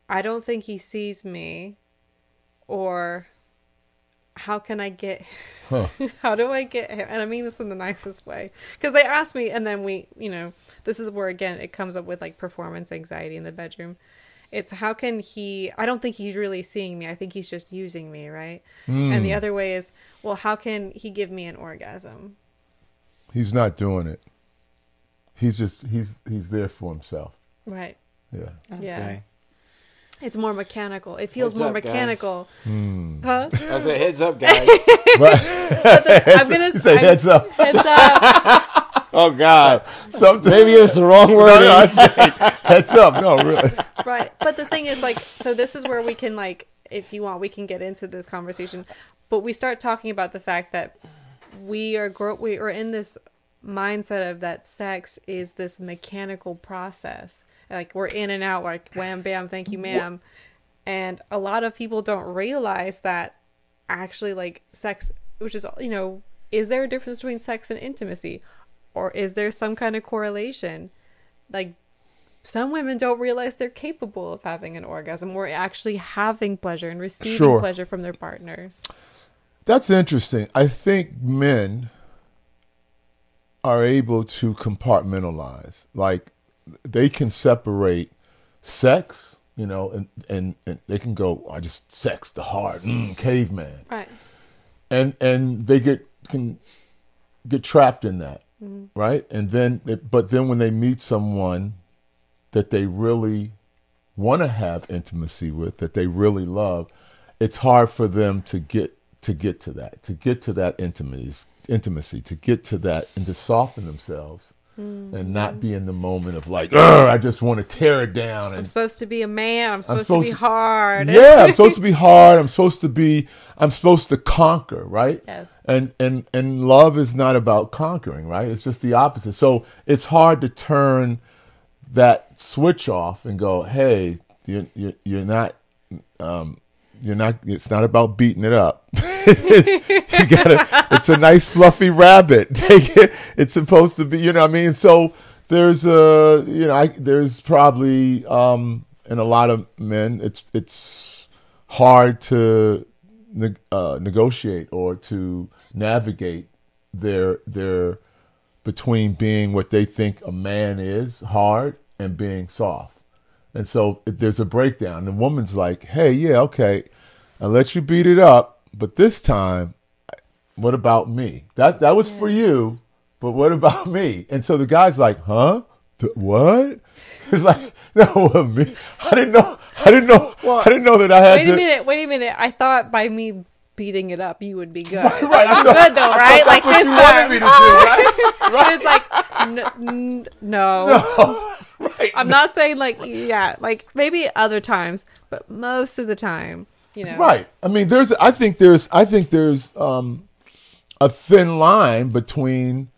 Speaker 4: I don't think he sees me, or how can I get, how do I get him? And I mean this in the nicest way. Because they ask me, and then we, you know, this is where, again, it comes up with like performance anxiety in the bedroom. It's how can he, I don't think he's really seeing me. I think he's just using me, right? And
Speaker 3: Hmm.
Speaker 4: the other way is, well, how can he give me an orgasm?
Speaker 2: He's not doing it. He's just he's he's there for himself.
Speaker 4: Right.
Speaker 2: Yeah.
Speaker 4: Yeah.
Speaker 3: Okay.
Speaker 4: It's more mechanical. It feels
Speaker 3: Heads
Speaker 4: more
Speaker 3: up, guys. Hmm.
Speaker 4: mechanical. Huh?
Speaker 3: That's a heads up, guys.
Speaker 4: I'm going to
Speaker 2: Say heads up.
Speaker 4: Heads up.
Speaker 3: oh God.
Speaker 2: Sometimes
Speaker 3: Maybe it's the wrong
Speaker 2: no,
Speaker 3: word.
Speaker 2: no, that's right. Heads up. No, really.
Speaker 4: right. But the thing is, like, so this is where we can, like, if you want, we can get into this conversation. But we start talking about the fact that we are grow we are in this mindset of that sex is this mechanical process. Like we're in and out, like wham bam, thank you, ma'am. And a lot of people don't realize that actually like sex which is you know, is there a difference between sex and intimacy? Or is there some kind of correlation? Like some women don't realize they're capable of having an orgasm or actually having pleasure and receiving
Speaker 2: Sure.
Speaker 4: pleasure from their partners.
Speaker 2: That's interesting. I think men are able to compartmentalize. Like they can separate sex, you know, and and, and they can go, I just sex the hard mm, caveman,
Speaker 4: Right.
Speaker 2: and and they get can get trapped in that. right? And then, it, but then when they meet someone that they really want to have intimacy with, that they really love, it's hard for them to get to get to that, to get to that intimacy, intimacy, to get to that, and to soften themselves. And not be in the moment of like, "Ugh, I just want to tear it down
Speaker 4: I'm
Speaker 2: and
Speaker 4: supposed to be a man. I'm supposed,
Speaker 2: supposed
Speaker 4: to be
Speaker 2: to-
Speaker 4: hard.
Speaker 2: yeah, I'm supposed to be hard. I'm supposed to be. I'm supposed to conquer, right?
Speaker 4: Yes.
Speaker 2: And and and love is not about conquering, right? It's just the opposite. So it's hard to turn that switch off and go, hey, you're you're, you're not. Um, you're not. It's not about beating it up. it's, you gotta. It's a nice fluffy rabbit. Take it. It's supposed to be. You know what I mean. So there's a. You know. I, there's probably um in a lot of men. It's it's hard to neg- uh, negotiate or to navigate their their between being what they think a man is hard and being soft. And so if there's a breakdown. The woman's like, "Hey, yeah, okay, I let you beat it up, but this time, what about me? That that was for you, but what about me?" And so the guy's like, "Huh? Th- what?" It's like, "No, what, me? I didn't know. I didn't know. I didn't know that I had
Speaker 4: Wait
Speaker 2: to."
Speaker 4: a minute. Wait a minute. I thought by me beating it up, you would be good.
Speaker 2: Right, I
Speaker 4: I'm
Speaker 2: know.
Speaker 4: good though,
Speaker 2: I
Speaker 4: right?
Speaker 2: thought
Speaker 4: Like
Speaker 2: that's what
Speaker 4: this
Speaker 2: you wanted me to do, right?
Speaker 4: time. But it's like, n- n- no. I'm not saying like, yeah, like maybe other times, but most of the time, you know.
Speaker 2: Right. I mean, there's. I think there's. I think there's um, a thin line between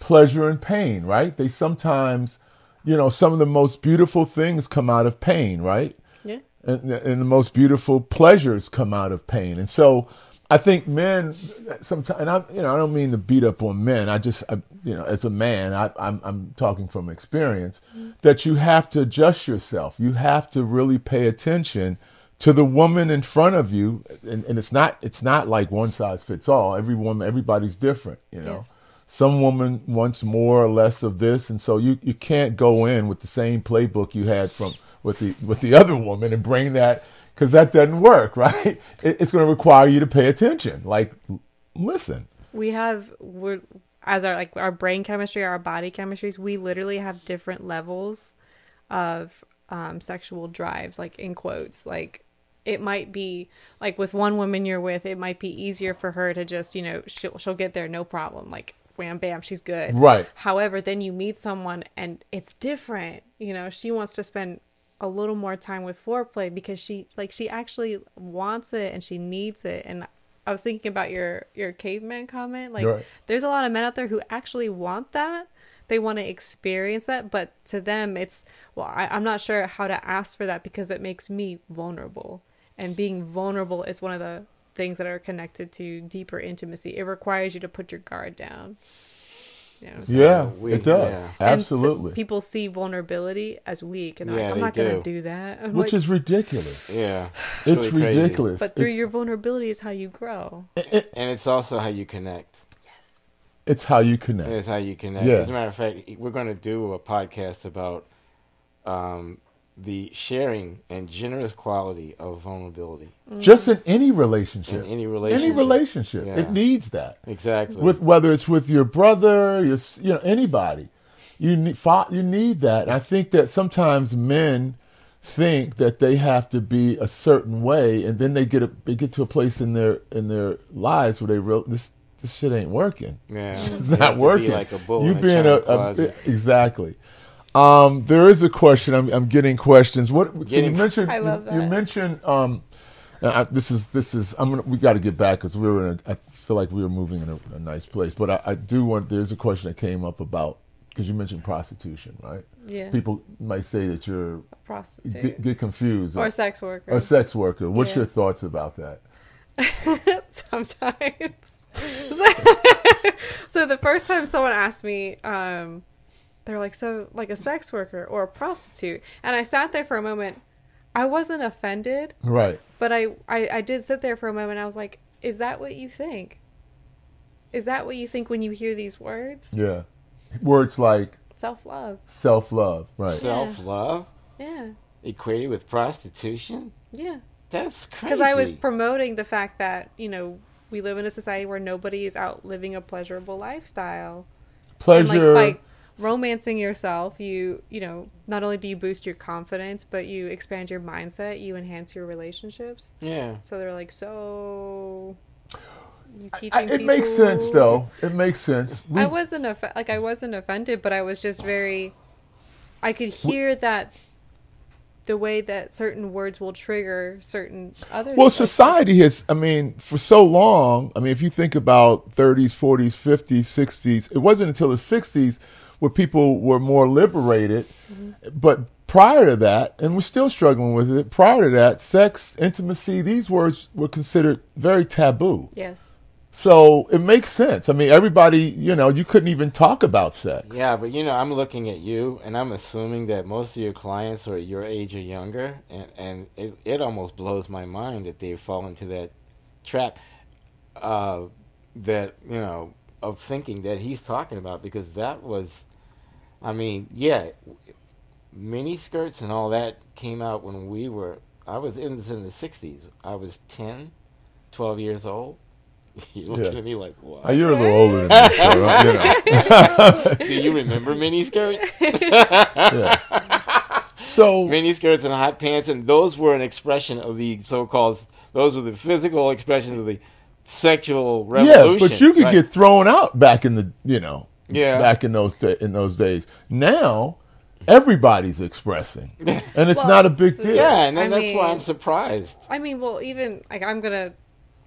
Speaker 2: pleasure and pain. Right. They sometimes, you know, some of the most beautiful things come out of pain. Right.
Speaker 4: Yeah.
Speaker 2: And, and the most beautiful pleasures come out of pain. And so, I think men sometimes. And I, you know, I don't mean to beat up on men. I just, I, you know, as a man, I, I'm I'm talking from experience that you have to adjust yourself. You have to really pay attention to the woman in front of you and, and it's not it's not like one size fits all every woman everybody's different you know
Speaker 4: Yes.
Speaker 2: some woman wants more or less of this and so you, you can't go in with the same playbook you had from with the with the other woman and bring that because that doesn't work right it, it's going to require you to pay attention like l- listen
Speaker 4: we have we're as our like our brain chemistry our body chemistries we literally have different levels of um, sexual drives like in quotes like it might be like with one woman you're with it might be easier for her to just you know she'll, she'll get there no problem like wham bam she's good
Speaker 2: Right.
Speaker 4: however then you meet someone and it's different you know she wants to spend a little more time with foreplay because she like she actually wants it and she needs it and i was thinking about your your caveman comment like
Speaker 2: Right.
Speaker 4: there's a lot of men out there who actually want that they want to experience that but to them it's well I, i'm not sure how to ask for that because it makes me vulnerable and being vulnerable is one of the things that are connected to deeper intimacy it requires you to put your guard down you know what I'm saying?
Speaker 2: yeah
Speaker 3: we-
Speaker 2: it does
Speaker 3: yeah.
Speaker 4: And so
Speaker 2: absolutely
Speaker 4: people see vulnerability as weak, and they're
Speaker 3: Yeah,
Speaker 4: like, "I'm
Speaker 3: they
Speaker 4: not going to
Speaker 3: do.
Speaker 4: do that." I'm
Speaker 2: which
Speaker 4: like,
Speaker 2: is ridiculous
Speaker 3: Yeah,
Speaker 2: it's,
Speaker 3: really crazy.
Speaker 2: ridiculous
Speaker 4: but through
Speaker 2: it's,
Speaker 4: your vulnerability is how you grow.
Speaker 3: and it's also how you connect.
Speaker 2: it's how you
Speaker 3: And
Speaker 2: connect
Speaker 3: it's how you connect.
Speaker 2: Yeah.
Speaker 3: As a matter of fact, we're going to do a podcast about um, the sharing and generous quality of vulnerability
Speaker 2: just in any relationship
Speaker 3: in any relationship.
Speaker 2: any relationship it
Speaker 3: Yeah.
Speaker 2: needs that
Speaker 3: Exactly.
Speaker 2: with whether it's with your brother, your s- you know anybody, you need you need that. And I think that sometimes men think that they have to be a certain way, and then they get a, they get to a place in their in their lives where they real this this shit ain't working.
Speaker 3: yeah.
Speaker 2: It's
Speaker 3: You have to
Speaker 2: not
Speaker 3: be
Speaker 2: working.
Speaker 3: like a bull
Speaker 2: you
Speaker 3: in a
Speaker 2: being
Speaker 3: china
Speaker 2: a, a
Speaker 3: closet.
Speaker 2: exactly. Um, there is a question. I'm, I'm getting questions. What so you
Speaker 3: Getting-
Speaker 2: mentioned?
Speaker 4: I love
Speaker 2: you- You
Speaker 4: that.
Speaker 2: mentioned um, and I, this is this is. I'm gonna. We got to get back because we were. In a, I feel like we were moving in a, a nice place. But I, I do want. There's a question that came up about because you mentioned prostitution, right?
Speaker 4: Yeah.
Speaker 2: People might say that you're
Speaker 4: Prostitute
Speaker 2: get, get confused
Speaker 4: or sex worker.
Speaker 2: or sex worker. What's
Speaker 4: Yeah.
Speaker 2: your thoughts about that?
Speaker 4: sometimes. so, so the first time someone asked me, um, they're like, "So, like a sex worker or a prostitute?" And I sat there for a moment. I wasn't offended,
Speaker 2: Right.
Speaker 4: but I, I, I did sit there for a moment. I was like, "Is that what you think? Is that what you think when you hear these words?
Speaker 2: Yeah. Words like
Speaker 4: Self love."
Speaker 2: self love. Right.
Speaker 3: Self love
Speaker 4: Yeah,
Speaker 3: equated with prostitution?
Speaker 4: yeah.
Speaker 3: That's crazy.
Speaker 4: Because I was promoting the fact that you know we live in a society where nobody is out living a pleasurable lifestyle.
Speaker 2: pleasure.
Speaker 4: And like, like romancing yourself, you you know, not only do you boost your confidence, but you expand your mindset, you enhance your relationships.
Speaker 3: Yeah.
Speaker 4: So they're like, so you teaching
Speaker 2: I- it makes sense,
Speaker 4: people-
Speaker 2: though. It makes sense. We-
Speaker 4: I wasn't off- like I wasn't offended, but I was just very. I could hear that the way that certain words will trigger certain other.
Speaker 2: Well,
Speaker 4: like-
Speaker 2: society has, I mean, for so long, I mean, if you think about 30s, 40s, 50s, 60s, it wasn't until the 60s where people were more liberated.
Speaker 4: Mm-hmm.
Speaker 2: But prior to that, and we're still struggling with it, prior to that, sex, intimacy, these words were considered very taboo.
Speaker 4: yes,
Speaker 2: So it makes sense. I mean, everybody, you know, you couldn't even talk about sex.
Speaker 3: Yeah, but you know, I'm looking at you, and I'm assuming that most of your clients are your age or younger, and and it, it almost blows my mind that they fall into that trap, uh, that you know of thinking that he's talking about because that was, I mean, yeah, mini skirts and all that came out when we were I was in this in the '60s. I was 10, 12 years old. You're looking
Speaker 2: Yeah.
Speaker 3: at me like, what?
Speaker 2: Uh, You're a little older than me, so, uh, you know.
Speaker 3: Do you remember mini skirts?
Speaker 2: So,
Speaker 3: miniskirts and hot pants, and those were an expression of the so-called. Those were the physical expressions of the sexual
Speaker 2: Yeah,
Speaker 3: revolution.
Speaker 2: but you could
Speaker 3: right?
Speaker 2: get thrown out back in the you know
Speaker 3: Yeah.
Speaker 2: back in those da in those days. Now everybody's expressing, and it's
Speaker 4: Well,
Speaker 2: not a big deal.
Speaker 3: yeah, and then
Speaker 4: I
Speaker 3: that's why
Speaker 4: mean-
Speaker 3: I'm surprised.
Speaker 4: I mean, well, even like I'm gonna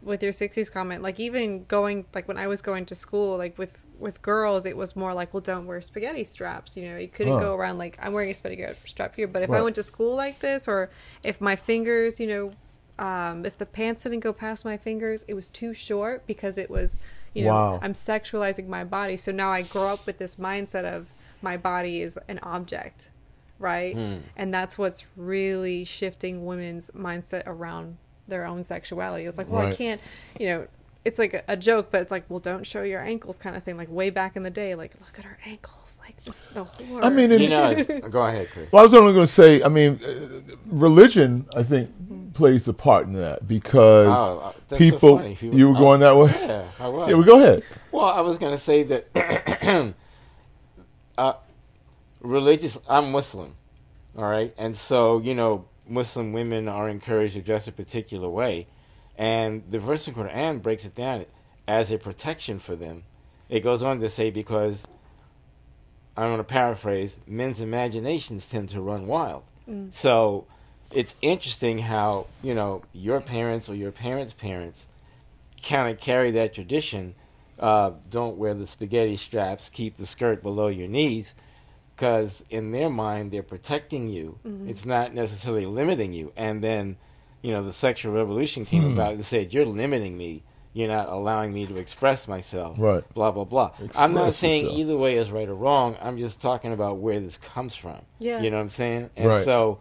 Speaker 4: with your '60s comment, like even going like when I was going to school, like with with girls, it was more like, well, don't wear spaghetti straps. You know, you couldn't
Speaker 2: Huh.
Speaker 4: go around like I'm wearing a spaghetti strap here. But if
Speaker 2: Right.
Speaker 4: I went to school like this, or if my fingers, you know. Um, if the pants didn't go past my fingers, it was too short because it was, you know,
Speaker 2: Wow.
Speaker 4: I'm sexualizing my body. So now I grow up with this mindset of my body is an object, right?
Speaker 2: Hmm.
Speaker 4: And that's what's really shifting women's mindset around their own sexuality. It's like, well, I
Speaker 2: Right.
Speaker 4: can't, you know, it's like a, a joke, but it's like, well, don't show your ankles kind of thing. Like way back in the day, like, look at her ankles, like this, the whore.
Speaker 2: I mean, it,
Speaker 3: You know, it's, go ahead, Chris.
Speaker 2: well, I was only going to say, I mean, uh, religion, I think, plays a part in that because
Speaker 3: Oh, uh, that's so
Speaker 2: people,
Speaker 3: funny. People-
Speaker 2: you were
Speaker 3: oh,
Speaker 2: going that way.
Speaker 3: Yeah, I was.
Speaker 2: Yeah, well, go ahead.
Speaker 3: Well, I was going to say that uh, religious. I'm Muslim, all right, and so you know, Muslim women are encouraged to dress a particular way, and the verse in Quran breaks it down as a protection for them. It goes on to say because I'm going to paraphrase: men's imaginations tend to run wild, so. It's interesting how, you know, your parents or your parents' parents kind of carry that tradition. Uh, don't wear the spaghetti straps. Keep the skirt below your knees, because in their mind they're protecting you. It's not necessarily limiting you. And then, you know, the sexual revolution came
Speaker 2: Hmm.
Speaker 3: about and said, "You're limiting me. You're not allowing me to express myself."
Speaker 2: Right.
Speaker 3: Blah blah blah. I'm not
Speaker 2: Express
Speaker 3: saying
Speaker 2: yourself.
Speaker 3: either way is right or wrong. I'm just talking about where this comes from.
Speaker 4: Yeah.
Speaker 3: You know what I'm saying? And
Speaker 2: Right.
Speaker 3: so,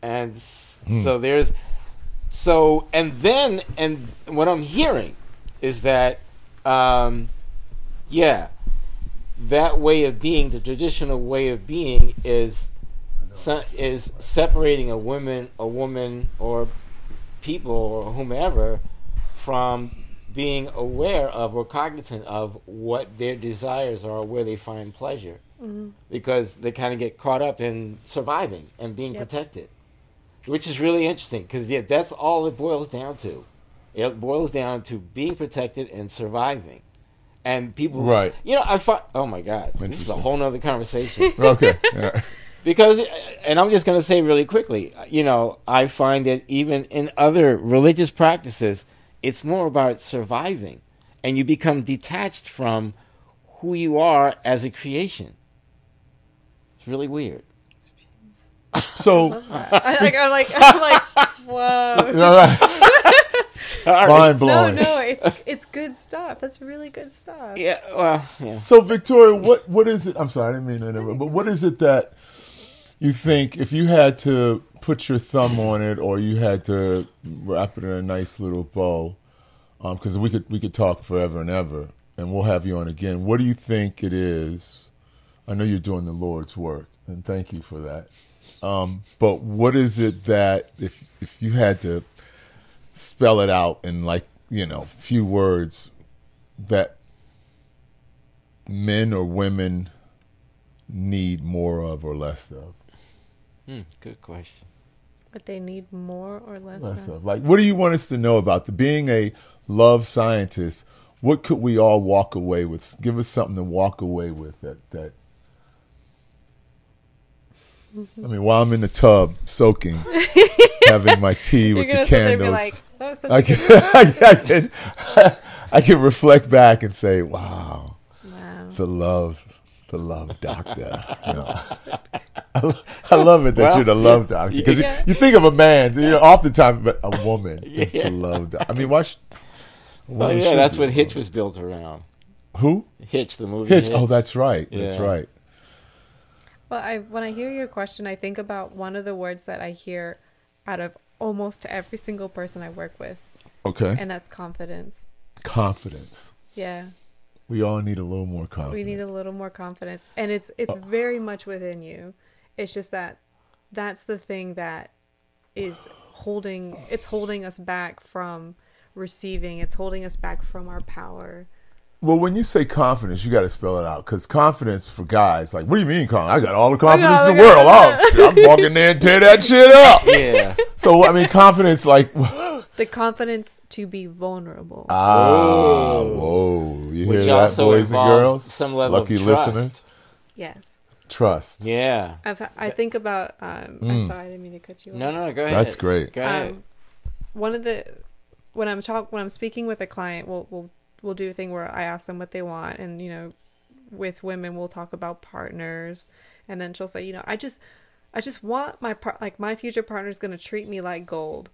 Speaker 3: and s so there's so and then and what I'm hearing is that um, yeah that way of being the traditional way of being is so- is separating a woman a woman or people or whomever from being aware of or cognizant of what their desires are where they find pleasure because they kind of get caught up in surviving and being
Speaker 4: Yep.
Speaker 3: protected which is really interesting because yeah, that's all it boils down to. It boils down to being protected and surviving. And people,
Speaker 2: Right.
Speaker 3: You know, I find. Oh my God, this is a
Speaker 2: Interesting.
Speaker 3: whole nother conversation
Speaker 2: Okay. all right.
Speaker 3: because, and I'm just going to say really quickly. You know, I find that even in other religious practices, it's more about surviving, and you become detached from who you are as a creation. It's really weird.
Speaker 2: So,
Speaker 4: I, like, I'm like, I'm like, whoa.
Speaker 2: all right. mind
Speaker 4: No,
Speaker 2: blowing.
Speaker 4: no, it's it's good stuff. That's really good stuff.
Speaker 3: Yeah. Well. Yeah.
Speaker 2: So Victoria, what what is it? I'm sorry, I didn't mean to interrupt, but what is it that you think if you had to put your thumb on it, or you had to wrap it in a nice little bow? Because we could we could talk forever and ever, and we'll have you on again. What do you think it is? I know you're doing the Lord's work, and thank you for that. Um, but what is it that if if you had to spell it out in like you know few words that men or women need more of or less of?
Speaker 3: Hmm, good question.
Speaker 4: But they need more or less.
Speaker 2: Less
Speaker 4: of.
Speaker 2: of. Like, what do you want us to know about the, being a love scientist? What could we all walk away with? Give us something to walk away with that. that
Speaker 4: Mm-hmm.
Speaker 2: I mean, while I'm in the tub soaking, having my tea
Speaker 4: You're
Speaker 2: with
Speaker 4: gonna
Speaker 2: the
Speaker 4: sit there and be
Speaker 2: candles,
Speaker 4: like, that was such
Speaker 2: I
Speaker 4: a
Speaker 2: can,
Speaker 4: good
Speaker 2: I, can, I can reflect back and say, wow,
Speaker 4: wow.
Speaker 2: the love, the love doctor. You know. I, lo- I love it that you're the love doctor because you,
Speaker 4: Yeah.
Speaker 2: you think of a man, you know, oftentimes, but a woman is the love doctor. I mean, watch.
Speaker 3: Oh yeah, that's what Hitch was built around.
Speaker 2: Who
Speaker 3: Hitch, the movie.
Speaker 2: Hitch? Oh, that's right. That's
Speaker 3: Yeah.
Speaker 2: right.
Speaker 4: Well, I when I hear your question, I think about one of the words that I hear out of almost every single person I work with,
Speaker 2: Okay.
Speaker 4: and that's confidence.
Speaker 2: confidence.
Speaker 4: Yeah,
Speaker 2: We all need a little more confidence.
Speaker 4: we need a little more confidence, and it's it's very much within you. It's just that that's the thing that is holding it's holding us back from receiving. It's holding us back from our power.
Speaker 2: Well, when you say confidence, you got to spell it out because confidence for guys, like, what do you mean confidence? I got all the confidence in the world. Oh, shit, I'm walking there and tear that shit up.
Speaker 3: yeah.
Speaker 2: So, I mean, confidence, like,
Speaker 4: The confidence to be vulnerable.
Speaker 2: ah, whoa, you
Speaker 3: Oh. Which
Speaker 2: hear that,
Speaker 3: also
Speaker 2: boys and
Speaker 3: involves
Speaker 2: girls?
Speaker 3: some level
Speaker 2: Lucky
Speaker 3: of trust.
Speaker 2: listeners,
Speaker 4: yes,
Speaker 2: trust.
Speaker 3: Yeah.
Speaker 4: I've, I think about. Um, I'm sorry, I didn't mean to cut you. off.
Speaker 3: No, no, go ahead.
Speaker 2: That's great.
Speaker 3: Go ahead.
Speaker 4: um, one of the when I'm talk when I'm speaking with a client, we'll we'll we'll do a thing where I ask them what they want, and you know, with women, we'll talk about partners, and then she'll say, you know, I just I just want my part like my future partner's going to treat me like gold,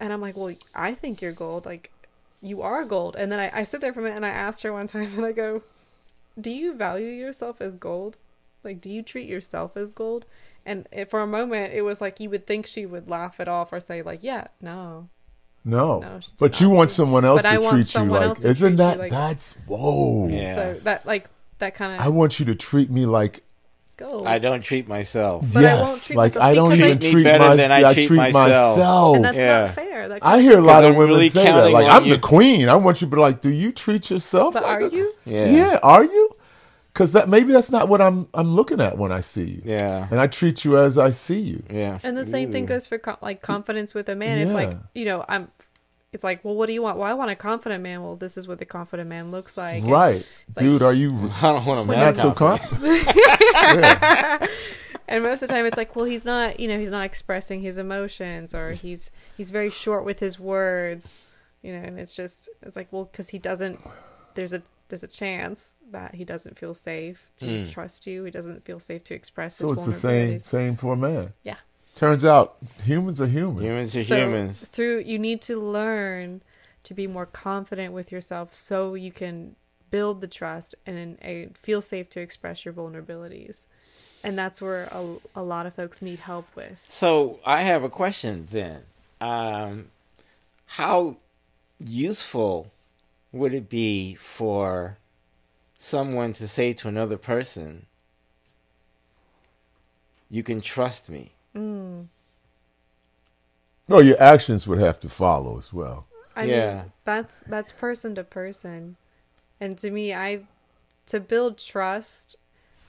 Speaker 4: and I'm like, well, I think you're gold, like you are gold, and then I, I sit there for a minute and I asked her one time, and I go, do you value yourself as gold? Like, do you treat yourself as gold? And it, for a moment, it was like you would think she would laugh it off or say, like, yeah, no.
Speaker 2: No,
Speaker 4: No, she did
Speaker 2: but you
Speaker 4: not
Speaker 2: want
Speaker 4: see-
Speaker 2: someone else
Speaker 4: But I
Speaker 2: to
Speaker 4: want
Speaker 2: treat you
Speaker 4: someone
Speaker 2: like,
Speaker 4: else to treat
Speaker 2: isn't
Speaker 4: you
Speaker 2: that,
Speaker 4: like-
Speaker 2: that's, whoa.
Speaker 3: Yeah.
Speaker 4: So that, like, that kind
Speaker 2: I
Speaker 4: of
Speaker 2: want you to treat me like,
Speaker 4: gold.
Speaker 3: I don't treat myself.
Speaker 4: But I
Speaker 2: yes,
Speaker 4: won't treat
Speaker 2: like,
Speaker 4: myself
Speaker 2: I don't
Speaker 4: because I-
Speaker 2: even
Speaker 3: Treat me
Speaker 2: treat,
Speaker 3: better
Speaker 2: my-
Speaker 3: than I treat myself.
Speaker 4: and that's
Speaker 3: Yeah.
Speaker 4: not fair. That
Speaker 2: Oh, I hear a lot of
Speaker 3: I'm
Speaker 2: women
Speaker 3: really
Speaker 2: say that.
Speaker 3: counting
Speaker 2: Like,
Speaker 3: on
Speaker 2: I'm
Speaker 3: you.
Speaker 2: the queen. I want you, but like, do you treat yourself?
Speaker 4: But
Speaker 2: like
Speaker 4: are
Speaker 2: a-
Speaker 4: you?
Speaker 3: Yeah.
Speaker 2: Yeah. Are you? Because that maybe that's not what I'm. I'm looking at when I see you.
Speaker 3: Yeah.
Speaker 2: And I treat you as I see you.
Speaker 3: Yeah.
Speaker 4: And the same thing goes for co- like confidence with a man. It's like
Speaker 2: Mm. Yeah.
Speaker 4: you know, I'm. It's like, well, what do you want? Well, I want a confident man. Well, this is what the confident man looks like. And-
Speaker 2: Right, dude. Are you
Speaker 3: I don't want to
Speaker 2: not so confident?
Speaker 4: and most of the time it's like well he's not you know he's not expressing his emotions or
Speaker 2: Mm.
Speaker 4: he's he's very short with his words you know and it's just it's like well because he doesn't there's a there's a chance that he doesn't feel safe to trust you he doesn't feel safe to express
Speaker 2: Mm. so
Speaker 4: his
Speaker 2: it's the same.
Speaker 4: vulnerabilities
Speaker 2: Same for a man.
Speaker 4: yeah
Speaker 2: Turns out humans are human.
Speaker 3: Humans are
Speaker 4: so
Speaker 3: humans.
Speaker 4: through you need to learn to be more confident with yourself so you can build the trust and, and feel safe to express your vulnerabilities and that's where a, a lot of folks need help with
Speaker 3: So I have a question then. Um, how useful would it be for someone to say to another person, "You can trust me"?
Speaker 2: No, your actions would have to follow as well.
Speaker 4: I
Speaker 3: Yeah.
Speaker 4: mean, that's that's person to person, and to me, I to build trust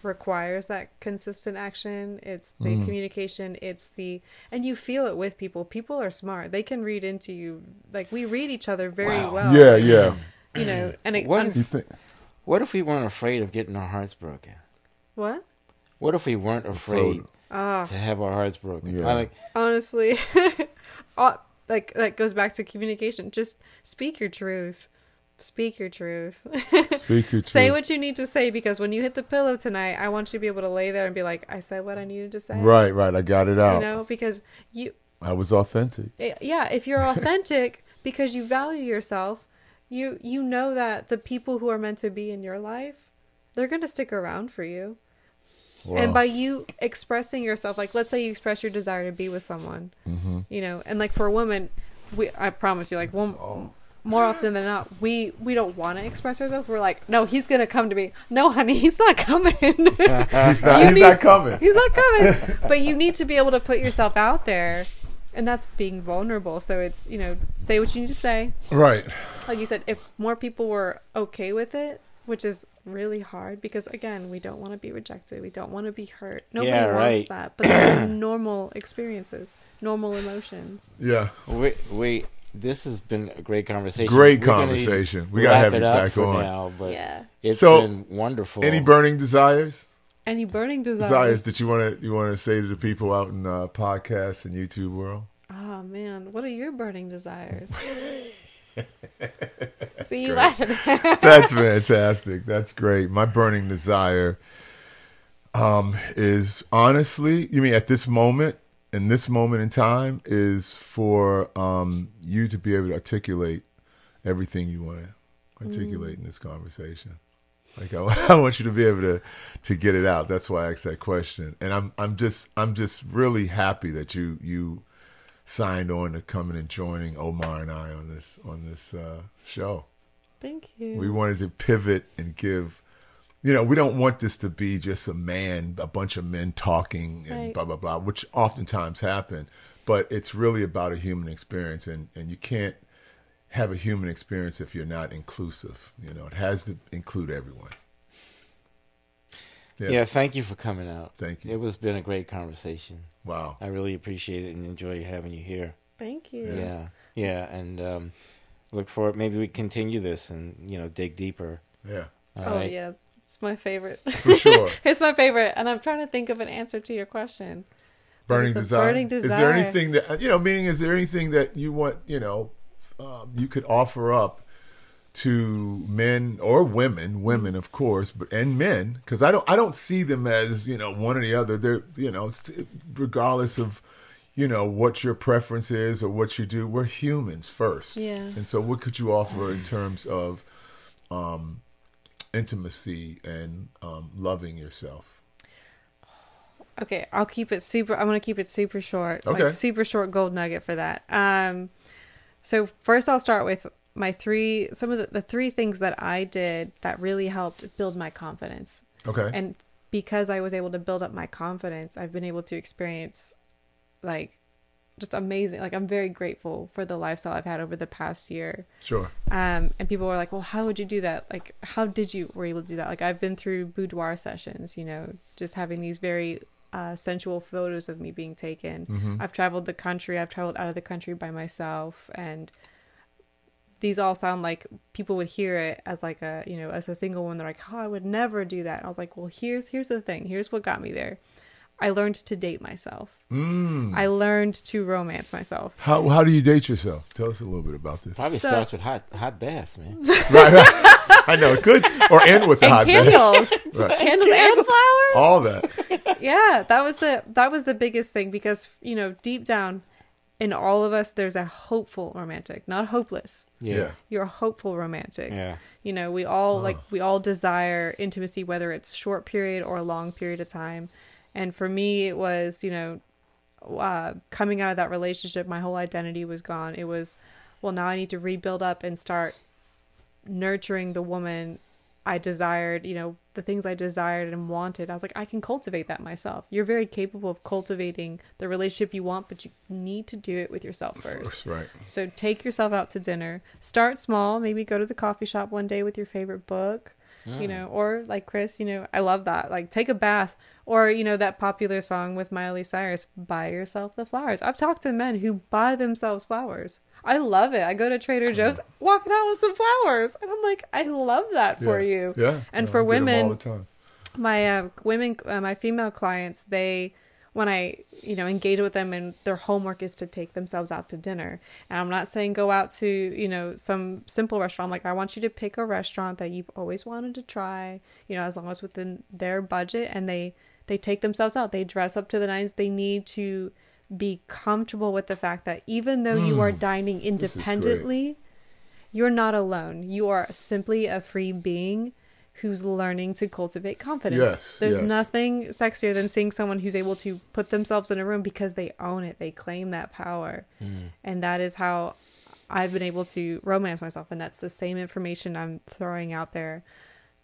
Speaker 4: requires that consistent action. It's the
Speaker 3: Mm-hmm.
Speaker 4: communication. It's the and you feel it with people. People are smart. They can read into you. Like we read each other very well.
Speaker 2: yeah, yeah.
Speaker 4: You know,
Speaker 2: Mm.
Speaker 4: and it,
Speaker 3: What
Speaker 4: un-
Speaker 2: You think?
Speaker 3: What if we weren't afraid of getting our hearts broken?
Speaker 4: what?
Speaker 3: What if we weren't afraid
Speaker 4: Ah.
Speaker 3: to have our hearts broken?
Speaker 2: Yeah.
Speaker 3: I like,
Speaker 4: honestly uh, like that goes back to communication just speak your truth speak your truth
Speaker 2: Speak your
Speaker 4: say
Speaker 2: truth.
Speaker 4: what you need to say because when you hit the pillow tonight i want you to be able to lay there and be like i said what i needed to say
Speaker 2: Right, right. I got it
Speaker 4: you
Speaker 2: out.
Speaker 4: know because you
Speaker 2: I was authentic.
Speaker 4: eh, yeah if you're authentic because you value yourself you you know that the people who are meant to be in your life they're going to stick around for you and by you expressing yourself like let's say you express your desire to be with someone you know and like for a woman we i promise you like one more often than not we we don't want to express ourselves we're like no he's gonna come to me no honey he's not coming
Speaker 2: He's not.
Speaker 4: You
Speaker 2: he's
Speaker 4: need-
Speaker 2: not coming.
Speaker 4: he's not coming but you need to be able to put yourself out there and that's being vulnerable so it's you know say what you need to say
Speaker 2: Right.
Speaker 4: like you said if more people were okay with it which is really hard because again we don't want to be rejected we don't want to be hurt nobody
Speaker 3: Yeah,
Speaker 4: wants
Speaker 3: right.
Speaker 4: that but those are normal experiences normal emotions
Speaker 2: Yeah.
Speaker 3: We, we, this has been a great conversation.
Speaker 2: Great
Speaker 3: We're gonna
Speaker 2: conversation. We gotta
Speaker 3: wrap
Speaker 2: have
Speaker 3: it
Speaker 2: you
Speaker 3: up
Speaker 2: back
Speaker 3: for
Speaker 2: on.
Speaker 3: Now, but
Speaker 4: Yeah.
Speaker 3: it's
Speaker 2: So,
Speaker 3: been wonderful.
Speaker 2: Any burning desires?
Speaker 4: any burning
Speaker 2: Desires
Speaker 4: desires
Speaker 2: that you want to you want to say to the people out in uh, podcast and YouTube world?
Speaker 4: oh man what are your burning desires see you laughing
Speaker 2: That's fantastic. That's great. My burning desire um, is honestly, you mean at this moment, in this moment in time, is for um, you to be able to articulate everything you want to articulate in this conversation. Like I, I want you to be able to to get it out. That's why I asked that question. And I'm I'm just I'm just really happy that you you signed on to coming and joining Omar and I on this on this uh, show.
Speaker 4: thank you
Speaker 2: We wanted to pivot and give, you know, we don't want this to be just a man, a bunch of men talking and
Speaker 4: Right.
Speaker 2: blah blah blah, which oftentimes happen. But it's really about a human experience, and and you can't have a human experience if you're not inclusive. You know, it has to include everyone.
Speaker 3: yeah. thank you for coming out.
Speaker 2: Thank you.
Speaker 3: It was been a great conversation.
Speaker 2: Wow.
Speaker 3: I really appreciate it and enjoy having you here.
Speaker 4: thank you
Speaker 3: Yeah, yeah, and um, look forward. Maybe we continue this and you know dig deeper.
Speaker 2: Yeah.
Speaker 3: All
Speaker 4: oh
Speaker 3: right?
Speaker 4: yeah it's my favorite
Speaker 2: For sure.
Speaker 4: it's my favorite and i'm trying to think of an answer to your question
Speaker 2: burning
Speaker 4: It's a
Speaker 2: desire.
Speaker 4: burning
Speaker 2: Is there
Speaker 4: desire.
Speaker 2: anything that you know? Meaning, is there anything that you want? You know, um, you could offer up to men or women, women of course, but and men because I don't I don't see them as you know one or the other. They're you know s- regardless of you know what your preference is or what you do, we're humans first.
Speaker 4: Yeah.
Speaker 2: And so, what could you offer in terms of um, intimacy and um, loving yourself?
Speaker 4: Okay, I'll keep it super. I'm gonna keep it super short.
Speaker 2: Okay.
Speaker 4: Like super short gold nugget for that. Um, so first I'll start with my three. Some of the, the three things that I did that really helped build my confidence,
Speaker 2: Okay.
Speaker 4: and because I was able to build up my confidence, I've been able to experience, like, just amazing. Like I'm very grateful for the lifestyle I've had over the past year
Speaker 2: sure.
Speaker 4: um, and people were like, "Well, how would you do that? Like, how did you were able to do that?" Like, I've been through boudoir sessions, you know, just having these very uh, sensual photos of me being taken. I've traveled the country. I've traveled out of the country by myself, and these all sound like people would hear it as like a you know as a single one. They're like, "Oh, I would never do that." And I was like, "Well, here's here's the thing. Here's what got me there. I learned to date myself. I learned to romance myself."
Speaker 2: How how do you date yourself? Tell us a little bit about this.
Speaker 3: Probably
Speaker 4: So-
Speaker 3: starts with hot hot bath, man.
Speaker 2: right, right. I know. Good or end with a hot
Speaker 4: And
Speaker 2: bed.
Speaker 4: candles,
Speaker 2: Right.
Speaker 4: candles, and flowers.
Speaker 2: All that.
Speaker 4: yeah that was the that was the biggest thing because you know deep down in all of us there's a hopeful romantic not hopeless
Speaker 2: Yeah.
Speaker 4: you're a hopeful romantic
Speaker 3: Yeah.
Speaker 4: you know we all like we all desire intimacy whether it's short period or a long period of time and for me it was you know uh, coming out of that relationship my whole identity was gone it was well now i need to rebuild up and start nurturing the woman I desired, you know, the things I desired and wanted. I was like, I can cultivate that myself. You're very capable of cultivating the relationship you want, but you need to do it with yourself first.
Speaker 2: That's right.
Speaker 4: So take yourself out to dinner. Start small. Maybe go to the coffee shop one day with your favorite book.
Speaker 2: Mm.
Speaker 4: You know, or like Chris, you know, I love that. Like take a bath. Or, you know, that popular song with Miley Cyrus, buy yourself the flowers. I've talked to men who buy themselves flowers. I love it. I go to
Speaker 2: Mm.
Speaker 4: Trader Joe's walking out with some flowers. And I'm like, I love that for
Speaker 2: Yeah.
Speaker 4: you.
Speaker 2: Yeah.
Speaker 4: And
Speaker 2: No,
Speaker 4: for
Speaker 2: I get 'em all
Speaker 4: women,
Speaker 2: the time.
Speaker 4: my uh, women uh, my female clients they when i you know engage with them and their homework is to take themselves out to dinner and i'm not saying go out to you know some simple restaurant I'm like i want you to pick a restaurant that you've always wanted to try you know as long as within their budget and they they take themselves out they dress up to the nines they need to be comfortable with the fact that even though you are dining
Speaker 2: Mm. is great.
Speaker 4: independently you're not alone. You are simply a free being who's learning to cultivate confidence.
Speaker 2: Yes,
Speaker 4: There's
Speaker 2: yes.
Speaker 4: nothing sexier than seeing someone who's able to put themselves in a room because they own it. They claim that power.
Speaker 2: Hmm.
Speaker 4: And that is how I've been able to romance myself. And that's the same information I'm throwing out there.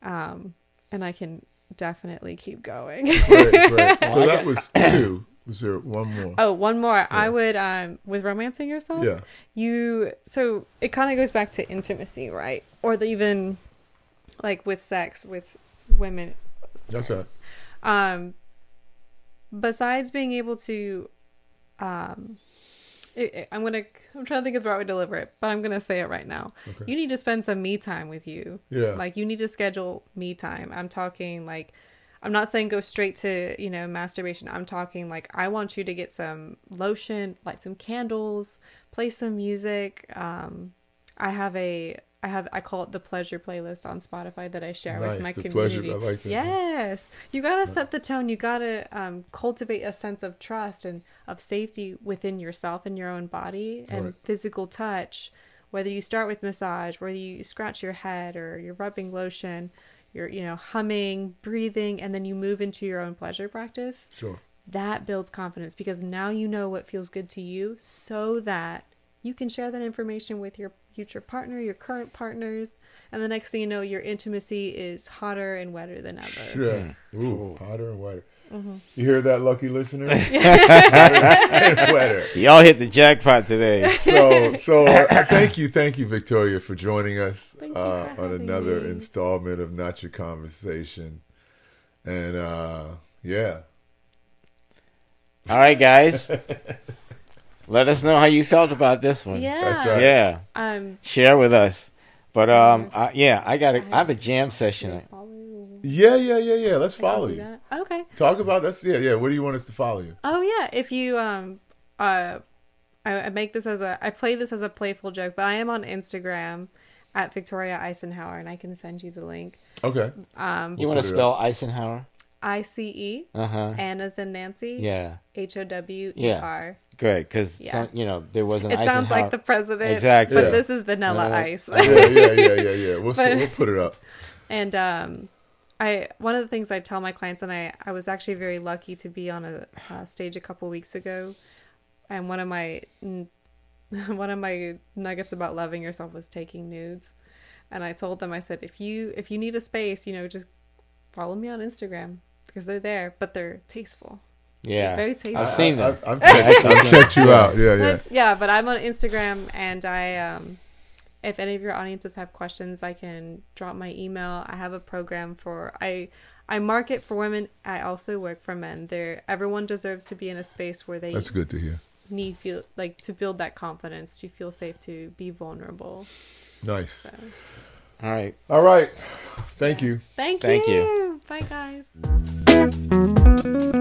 Speaker 4: Um, and I can definitely keep going.
Speaker 2: Great, great. So that was two. Was there one more?
Speaker 4: Oh, one more. I would um with romancing yourself.
Speaker 2: Yeah.
Speaker 4: You so it kind of goes back to intimacy, right? Or the even like with sex with women
Speaker 2: That's right.
Speaker 4: um besides being able to um it, it- i'm gonna i'm trying to think of the right way to deliver it but i'm gonna say it right now
Speaker 2: Okay.
Speaker 4: you need to spend some me time with you
Speaker 2: Yeah.
Speaker 4: like you need to schedule me time i'm talking like i'm not saying go straight to you know masturbation i'm talking like i want you to get some lotion light some candles play some music um i have a I have I call it the pleasure playlist on Spotify that I share
Speaker 2: Nice,
Speaker 4: with my
Speaker 2: the pleasure-
Speaker 4: community.
Speaker 2: I like that.
Speaker 4: Yeah, Yes, you gotta set the tone. You gotta um, cultivate a sense of trust and of safety within yourself and your own body and
Speaker 2: Right.
Speaker 4: physical touch. Whether you start with massage, whether you scratch your head or you're rubbing lotion, you're you know humming, breathing, and then you move into your own pleasure practice.
Speaker 2: Sure.
Speaker 4: That builds confidence because now you know what feels good to you, so that you can share that information with your future partner, your current partners, and the next thing you know, your intimacy is hotter and wetter than ever.
Speaker 2: Sure. Ooh, hotter and wetter.
Speaker 4: Mm-hmm.
Speaker 2: You hear that, lucky listener? hotter and wetter.
Speaker 3: Y'all hit the jackpot today.
Speaker 2: So, so uh, thank you, thank you, Victoria, for joining us
Speaker 4: Thank you
Speaker 2: uh,
Speaker 4: for
Speaker 2: on
Speaker 4: having
Speaker 2: another
Speaker 4: me.
Speaker 2: installment of Not Your Conversation. And uh, yeah,
Speaker 3: All right, guys. Let us know how you felt about this one.
Speaker 4: Yeah.
Speaker 2: That's right.
Speaker 3: Yeah.
Speaker 4: Um.
Speaker 3: Share with us. But um, I, yeah, I got. I have a jam session.
Speaker 4: follow-
Speaker 2: yeah, yeah, yeah, yeah. Let's follow
Speaker 4: do
Speaker 2: you.
Speaker 4: that. Okay.
Speaker 2: Talk about that's yeah, yeah. What do you want us to follow you?
Speaker 4: Oh yeah. If you um uh, I, I make this as a I play this as a playful joke, but I am on Instagram at Victoria Eisenhower, and I can send you the link.
Speaker 2: Okay.
Speaker 4: Um,
Speaker 3: You want
Speaker 2: put
Speaker 3: to
Speaker 2: it
Speaker 3: spell Eisenhower?
Speaker 4: I C E
Speaker 3: Uh huh.
Speaker 4: Anna's and Nancy.
Speaker 3: Yeah.
Speaker 4: H O W E
Speaker 3: Yeah.
Speaker 4: R.
Speaker 3: Good, because
Speaker 4: Yeah.
Speaker 3: you know there was an.
Speaker 4: It sounds
Speaker 3: Eisenhower-
Speaker 4: like the president.
Speaker 3: Exactly.
Speaker 4: But
Speaker 2: Yeah.
Speaker 4: this is Vanilla
Speaker 3: Uh,
Speaker 4: Ice.
Speaker 2: Yeah, yeah, yeah, yeah, yeah. We'll see,
Speaker 4: But-
Speaker 2: we'll put it up.
Speaker 4: And um, I one of the things I tell my clients, and I I was actually very lucky to be on a, uh stage a couple weeks ago, and one of my n- one of my nuggets about loving yourself was taking nudes, and I told them I said if you if you need a space, you know, just follow me on Instagram because they're there, but they're tasteful.
Speaker 3: Yeah.
Speaker 4: Very tasty.
Speaker 3: I've seen
Speaker 2: I,
Speaker 3: that.
Speaker 2: I've, checked, I've checked you out. Yeah, yeah.
Speaker 4: But yeah, but I'm on Instagram, and I, um, if any of your audiences have questions, I can drop my email. I have a program for I, I market for women. I also work for men. There, everyone deserves to be in a space where they
Speaker 2: That's good to hear.
Speaker 4: need feel like to build that confidence, to feel safe, to be vulnerable.
Speaker 2: Nice.
Speaker 3: All right.
Speaker 2: All right. Thank you.
Speaker 4: Thank,
Speaker 3: Thank you.
Speaker 4: you. Bye, guys.